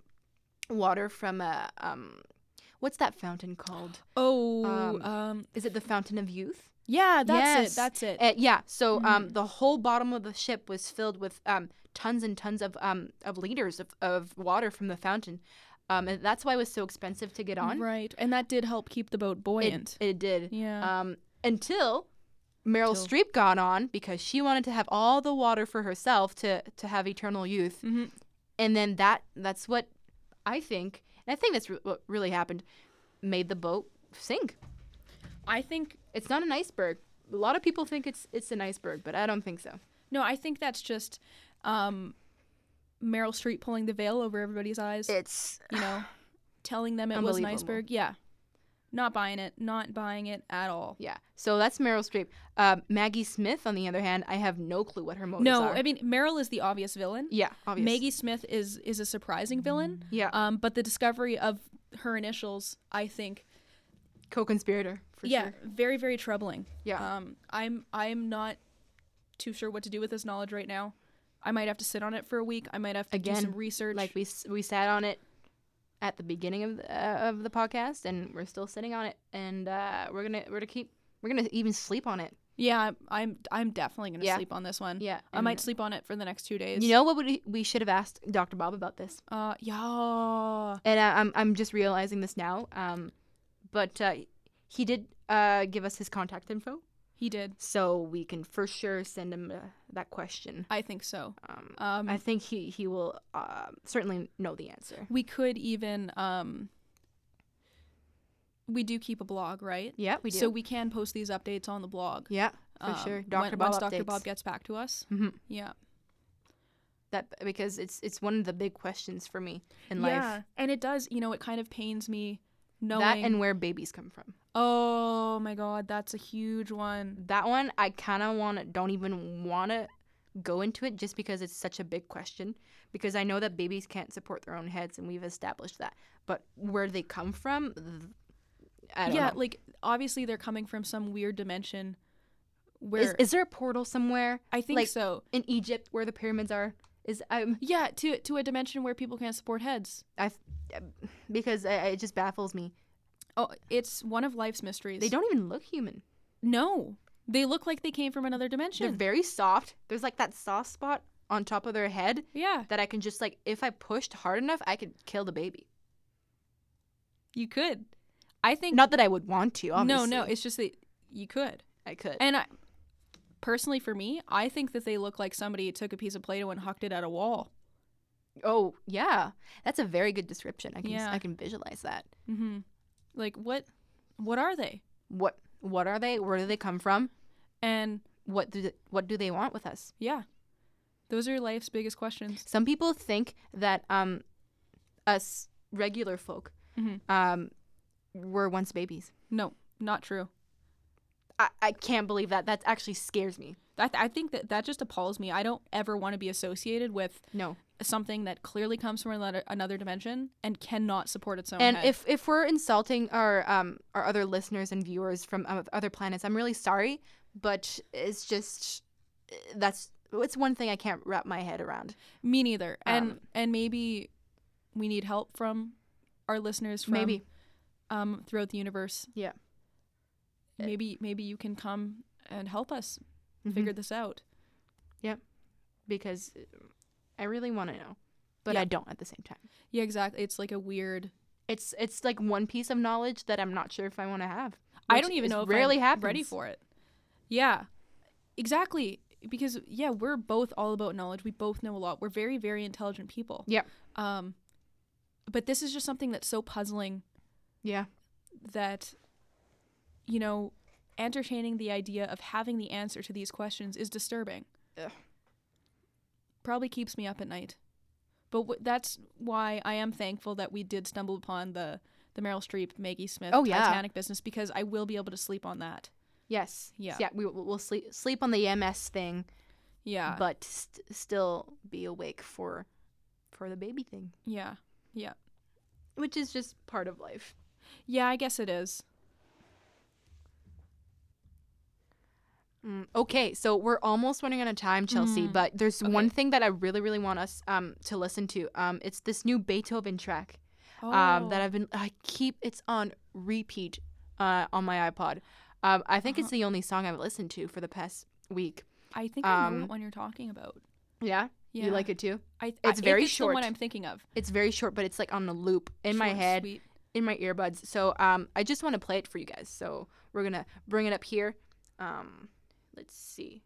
Speaker 2: water from a um what's that fountain called?
Speaker 1: Oh,
Speaker 2: Um,
Speaker 1: um,
Speaker 2: is it the Fountain of Youth?
Speaker 1: Yeah, that's it, that's it.
Speaker 2: Uh, yeah. So um,
Speaker 1: Mm.
Speaker 2: the whole bottom of the ship was filled with um, tons and tons of um, of liters of, of water from the fountain. Um, and that's why it was so expensive to get on.
Speaker 1: Right. And that did help keep the boat buoyant.
Speaker 2: It, it did.
Speaker 1: Yeah.
Speaker 2: Um, until Meryl Streep got on because she wanted to have all the water for herself to to have eternal youth.
Speaker 1: Mm-hmm.
Speaker 2: And then that that's what I think, and I think that's re- what really happened, made the boat sink.
Speaker 1: I think
Speaker 2: it's not an iceberg. A lot of people think it's it's an iceberg, but I don't think so.
Speaker 1: No, I think that's just um, Meryl Streep pulling the veil over everybody's eyes.
Speaker 2: It's
Speaker 1: you know, telling them it was an
Speaker 2: Unbelievable.
Speaker 1: iceberg. Yeah, not buying it. Not buying it at all.
Speaker 2: Yeah. So that's Meryl Streep. Um, Maggie Smith, on the other hand, I have no clue what her motives
Speaker 1: No,
Speaker 2: are.
Speaker 1: I mean Meryl is the obvious villain.
Speaker 2: Yeah, obvious. Mm.
Speaker 1: Maggie Smith is is a surprising villain.
Speaker 2: Yeah.
Speaker 1: Um, but the discovery of her initials, I think,
Speaker 2: co-conspirator. For
Speaker 1: yeah,
Speaker 2: sure.
Speaker 1: very very troubling.
Speaker 2: Yeah.
Speaker 1: Um, I'm I'm not too sure what to do with this knowledge right now. I might have to sit on it for a week. I might have to do
Speaker 2: Again,
Speaker 1: some research.
Speaker 2: like we s- we sat on it at the beginning of the, uh, of the podcast, and we're still sitting on it, and uh, we're gonna we're gonna keep we're gonna even sleep on it.
Speaker 1: Yeah, I'm- I'm I'm definitely gonna
Speaker 2: Yeah.
Speaker 1: sleep on this one.
Speaker 2: Yeah,
Speaker 1: I might
Speaker 2: and-
Speaker 1: sleep on it for the next two days.
Speaker 2: You know what we we should have asked Dr. Bob about this.
Speaker 1: Uh, yeah.
Speaker 2: And I, I'm I'm just realizing this now. Um, but uh, he did uh give us his contact info.
Speaker 1: He did.
Speaker 2: So we can for sure send him uh, that question.
Speaker 1: I think so.
Speaker 2: Um,
Speaker 1: Um,
Speaker 2: I think he he will uh, certainly know the answer.
Speaker 1: We could even um. We do keep a blog, right?
Speaker 2: Yeah, we
Speaker 1: So
Speaker 2: do.
Speaker 1: we can post these updates on the blog.
Speaker 2: Yeah, for
Speaker 1: um,
Speaker 2: sure.
Speaker 1: when-
Speaker 2: Dr. Bob
Speaker 1: once Dr.
Speaker 2: updates.
Speaker 1: Bob gets back to us.
Speaker 2: Mhm.
Speaker 1: Yeah.
Speaker 2: That because it's it's one of the big questions for me in
Speaker 1: yeah.
Speaker 2: life.
Speaker 1: And it does, you know, it kind of pains me knowing
Speaker 2: That and where babies come from.
Speaker 1: Oh my god, that's a huge one.
Speaker 2: That one I kind of want to don't even want to go into it just because it's such a big question because I know that babies can't support their own heads and we've established that. But where they come from, th- I don't
Speaker 1: yeah,
Speaker 2: know.
Speaker 1: like obviously they're coming from some weird dimension where
Speaker 2: Is, is there a portal somewhere?
Speaker 1: I think
Speaker 2: like,
Speaker 1: so.
Speaker 2: In Egypt, where the pyramids are, is um
Speaker 1: yeah to to a dimension where people can't support heads.
Speaker 2: I uh, because I, I- it just baffles me.
Speaker 1: Oh, it's one of life's mysteries.
Speaker 2: They don't even look human.
Speaker 1: No, they look like they came from another dimension.
Speaker 2: They're very soft. There's like that soft spot on top of their head.
Speaker 1: Yeah.
Speaker 2: That I can just like, if I pushed hard enough, I could kill the baby.
Speaker 1: You could. I think
Speaker 2: Not that I would want to. Obviously. Uh,
Speaker 1: No, no, it's just that you could.
Speaker 2: I could.
Speaker 1: And I personally for me, I think that they look like somebody took a piece of Play-Doh and hucked it at a wall.
Speaker 2: oh yeah, that's a very good description. I can
Speaker 1: Yeah.
Speaker 2: I can visualize that.
Speaker 1: Mm-hmm. Like what what are they?
Speaker 2: What what are they? Where do they come from?
Speaker 1: And
Speaker 2: what do they, what do they want with us?
Speaker 1: Yeah. Those are life's biggest questions.
Speaker 2: Some people think that um, us regular folk
Speaker 1: Mhm.
Speaker 2: um, were once babies.
Speaker 1: No, not true.
Speaker 2: I, I can't believe that. That actually scares me.
Speaker 1: That I think that that just appalls me. I don't ever want to be associated with
Speaker 2: No.
Speaker 1: something that clearly comes from another, another dimension and cannot support its own.
Speaker 2: and
Speaker 1: head.
Speaker 2: if if we're insulting our um our other listeners and viewers from um, other planets, I'm really sorry, but it's just that's it's one thing I can't wrap my head around.
Speaker 1: me neither, and
Speaker 2: Um,
Speaker 1: and maybe we need help from our listeners from
Speaker 2: Maybe.
Speaker 1: um throughout the universe.
Speaker 2: Yeah.
Speaker 1: Maybe maybe you can come and help us
Speaker 2: Mhm.
Speaker 1: figure this out.
Speaker 2: Yep. Because I really want to know, but I
Speaker 1: Yeah.
Speaker 2: don't at the same time.
Speaker 1: Yeah, exactly. It's like a weird.
Speaker 2: It's it's like one piece of knowledge that I'm not sure if I want to have.
Speaker 1: I
Speaker 2: which
Speaker 1: don't even
Speaker 2: is
Speaker 1: know if
Speaker 2: rarely
Speaker 1: I'm
Speaker 2: happens.
Speaker 1: ready for it. Yeah, exactly. Because yeah, we're both all about knowledge. We both know a lot. We're very very intelligent people.
Speaker 2: Yeah.
Speaker 1: Um, but this is just something that's so puzzling
Speaker 2: Yeah.
Speaker 1: that, you know, entertaining the idea of having the answer to these questions is disturbing.
Speaker 2: Ugh.
Speaker 1: probably keeps me up at night. But w- that's why I am thankful that we did stumble upon the the Meryl Streep, Maggie Smith,
Speaker 2: Oh, yeah.
Speaker 1: Titanic business because I will be able to sleep on that.
Speaker 2: Yes.
Speaker 1: Yeah.
Speaker 2: Yeah. We will we'll sleep sleep on the EMS thing.
Speaker 1: Yeah.
Speaker 2: But st- still be awake for for the baby thing,
Speaker 1: Yeah. Yeah.
Speaker 2: which is just part of life.
Speaker 1: Yeah, I guess it is.
Speaker 2: Mm, okay, so we're almost running out of time, Chelsea.
Speaker 1: Mm.
Speaker 2: But there's one thing that I really, really want us um to listen to. Um, it's this new Beethoven track. Um, that
Speaker 1: Oh.
Speaker 2: I've been I keep it's on repeat uh on my iPod. Um, I think it's the only song I've listened to for the past week.
Speaker 1: Oh, I think I know
Speaker 2: Um,
Speaker 1: what one you're talking about.
Speaker 2: Yeah.
Speaker 1: Yeah.
Speaker 2: You like it too?
Speaker 1: I- I-
Speaker 2: it's
Speaker 1: if
Speaker 2: very
Speaker 1: it's the
Speaker 2: short.
Speaker 1: one I'm thinking of.
Speaker 2: It's very short, but it's like on a loop in my
Speaker 1: Short,
Speaker 2: head,
Speaker 1: sweet.
Speaker 2: in my earbuds. So um, I just want to play it for you guys. So we're gonna bring it up here. Um, let's see.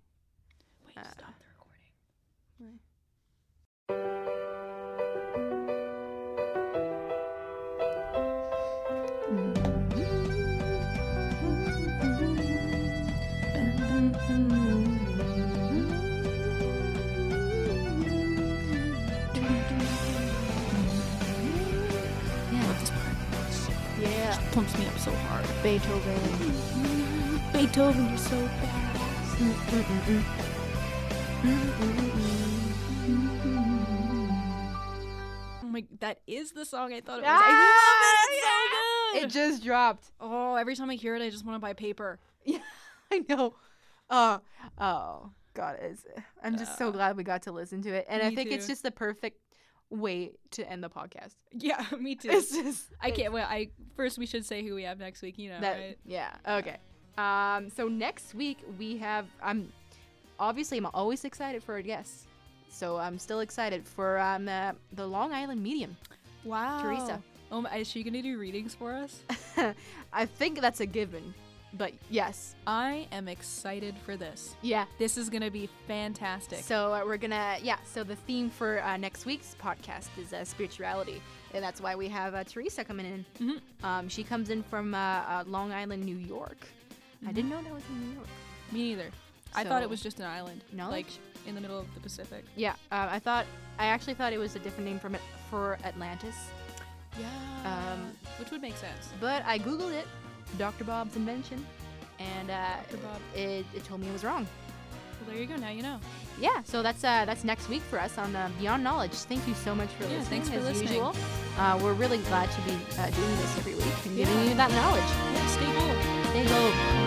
Speaker 2: Wait, stop the recording. Yeah.
Speaker 1: Just pumps me up so hard.
Speaker 2: Beethoven.
Speaker 1: Beethoven, you're so badass. Oh my, that is the song I thought it was. I love Ah, it. It's so good.
Speaker 2: It just dropped.
Speaker 1: Oh, every time I hear it, I just want to buy paper.
Speaker 2: I know. Oh, oh, God, it's, I'm just so glad we got to listen to it, and I
Speaker 1: Uh. me
Speaker 2: think it's
Speaker 1: too.
Speaker 2: just the perfect way to end the podcast.
Speaker 1: Yeah, me too.
Speaker 2: It's just-
Speaker 1: I can't wait. I first we should say who we have next week. You know,
Speaker 2: That-
Speaker 1: right?
Speaker 2: Yeah. Okay. Um. So next week we have. I'm obviously I'm always excited for our guests, so I'm still excited for um the, the Long Island medium.
Speaker 1: Wow,
Speaker 2: Teresa.
Speaker 1: Oh, my, is she gonna do readings for us?
Speaker 2: I think that's a given, but yes.
Speaker 1: I am excited for this.
Speaker 2: Yeah.
Speaker 1: This is gonna be fantastic.
Speaker 2: So uh, we're gonna yeah. So the theme for uh, next week's podcast is uh, spirituality, and that's why we have uh, Teresa coming in. Um, she comes in from uh, uh, Long Island, New York. I didn't know that was in New York.
Speaker 1: Me neither. I thought
Speaker 2: So-
Speaker 1: it was just an island, like
Speaker 2: Knowledge?
Speaker 1: in the middle of the Pacific.
Speaker 2: Yeah, uh, I thought I actually thought it was a different name from it for Atlantis,
Speaker 1: Yeah.
Speaker 2: Um,
Speaker 1: which would make sense.
Speaker 2: but I googled it, Dr. Bob's invention, and uh,
Speaker 1: Um,
Speaker 2: It, it told me it was wrong.
Speaker 1: Well, there you go. Now you know.
Speaker 2: Yeah, so that's uh, that's next week for us on uh, Beyond Knowledge. Thank you so much for
Speaker 1: Yeah,
Speaker 2: listening.
Speaker 1: thanks for
Speaker 2: as
Speaker 1: listening.
Speaker 2: usual, uh, we're really glad to be uh, doing this every week and giving
Speaker 1: Yeah.
Speaker 2: you that knowledge.
Speaker 1: Yeah, stay cool.
Speaker 2: Stay gold.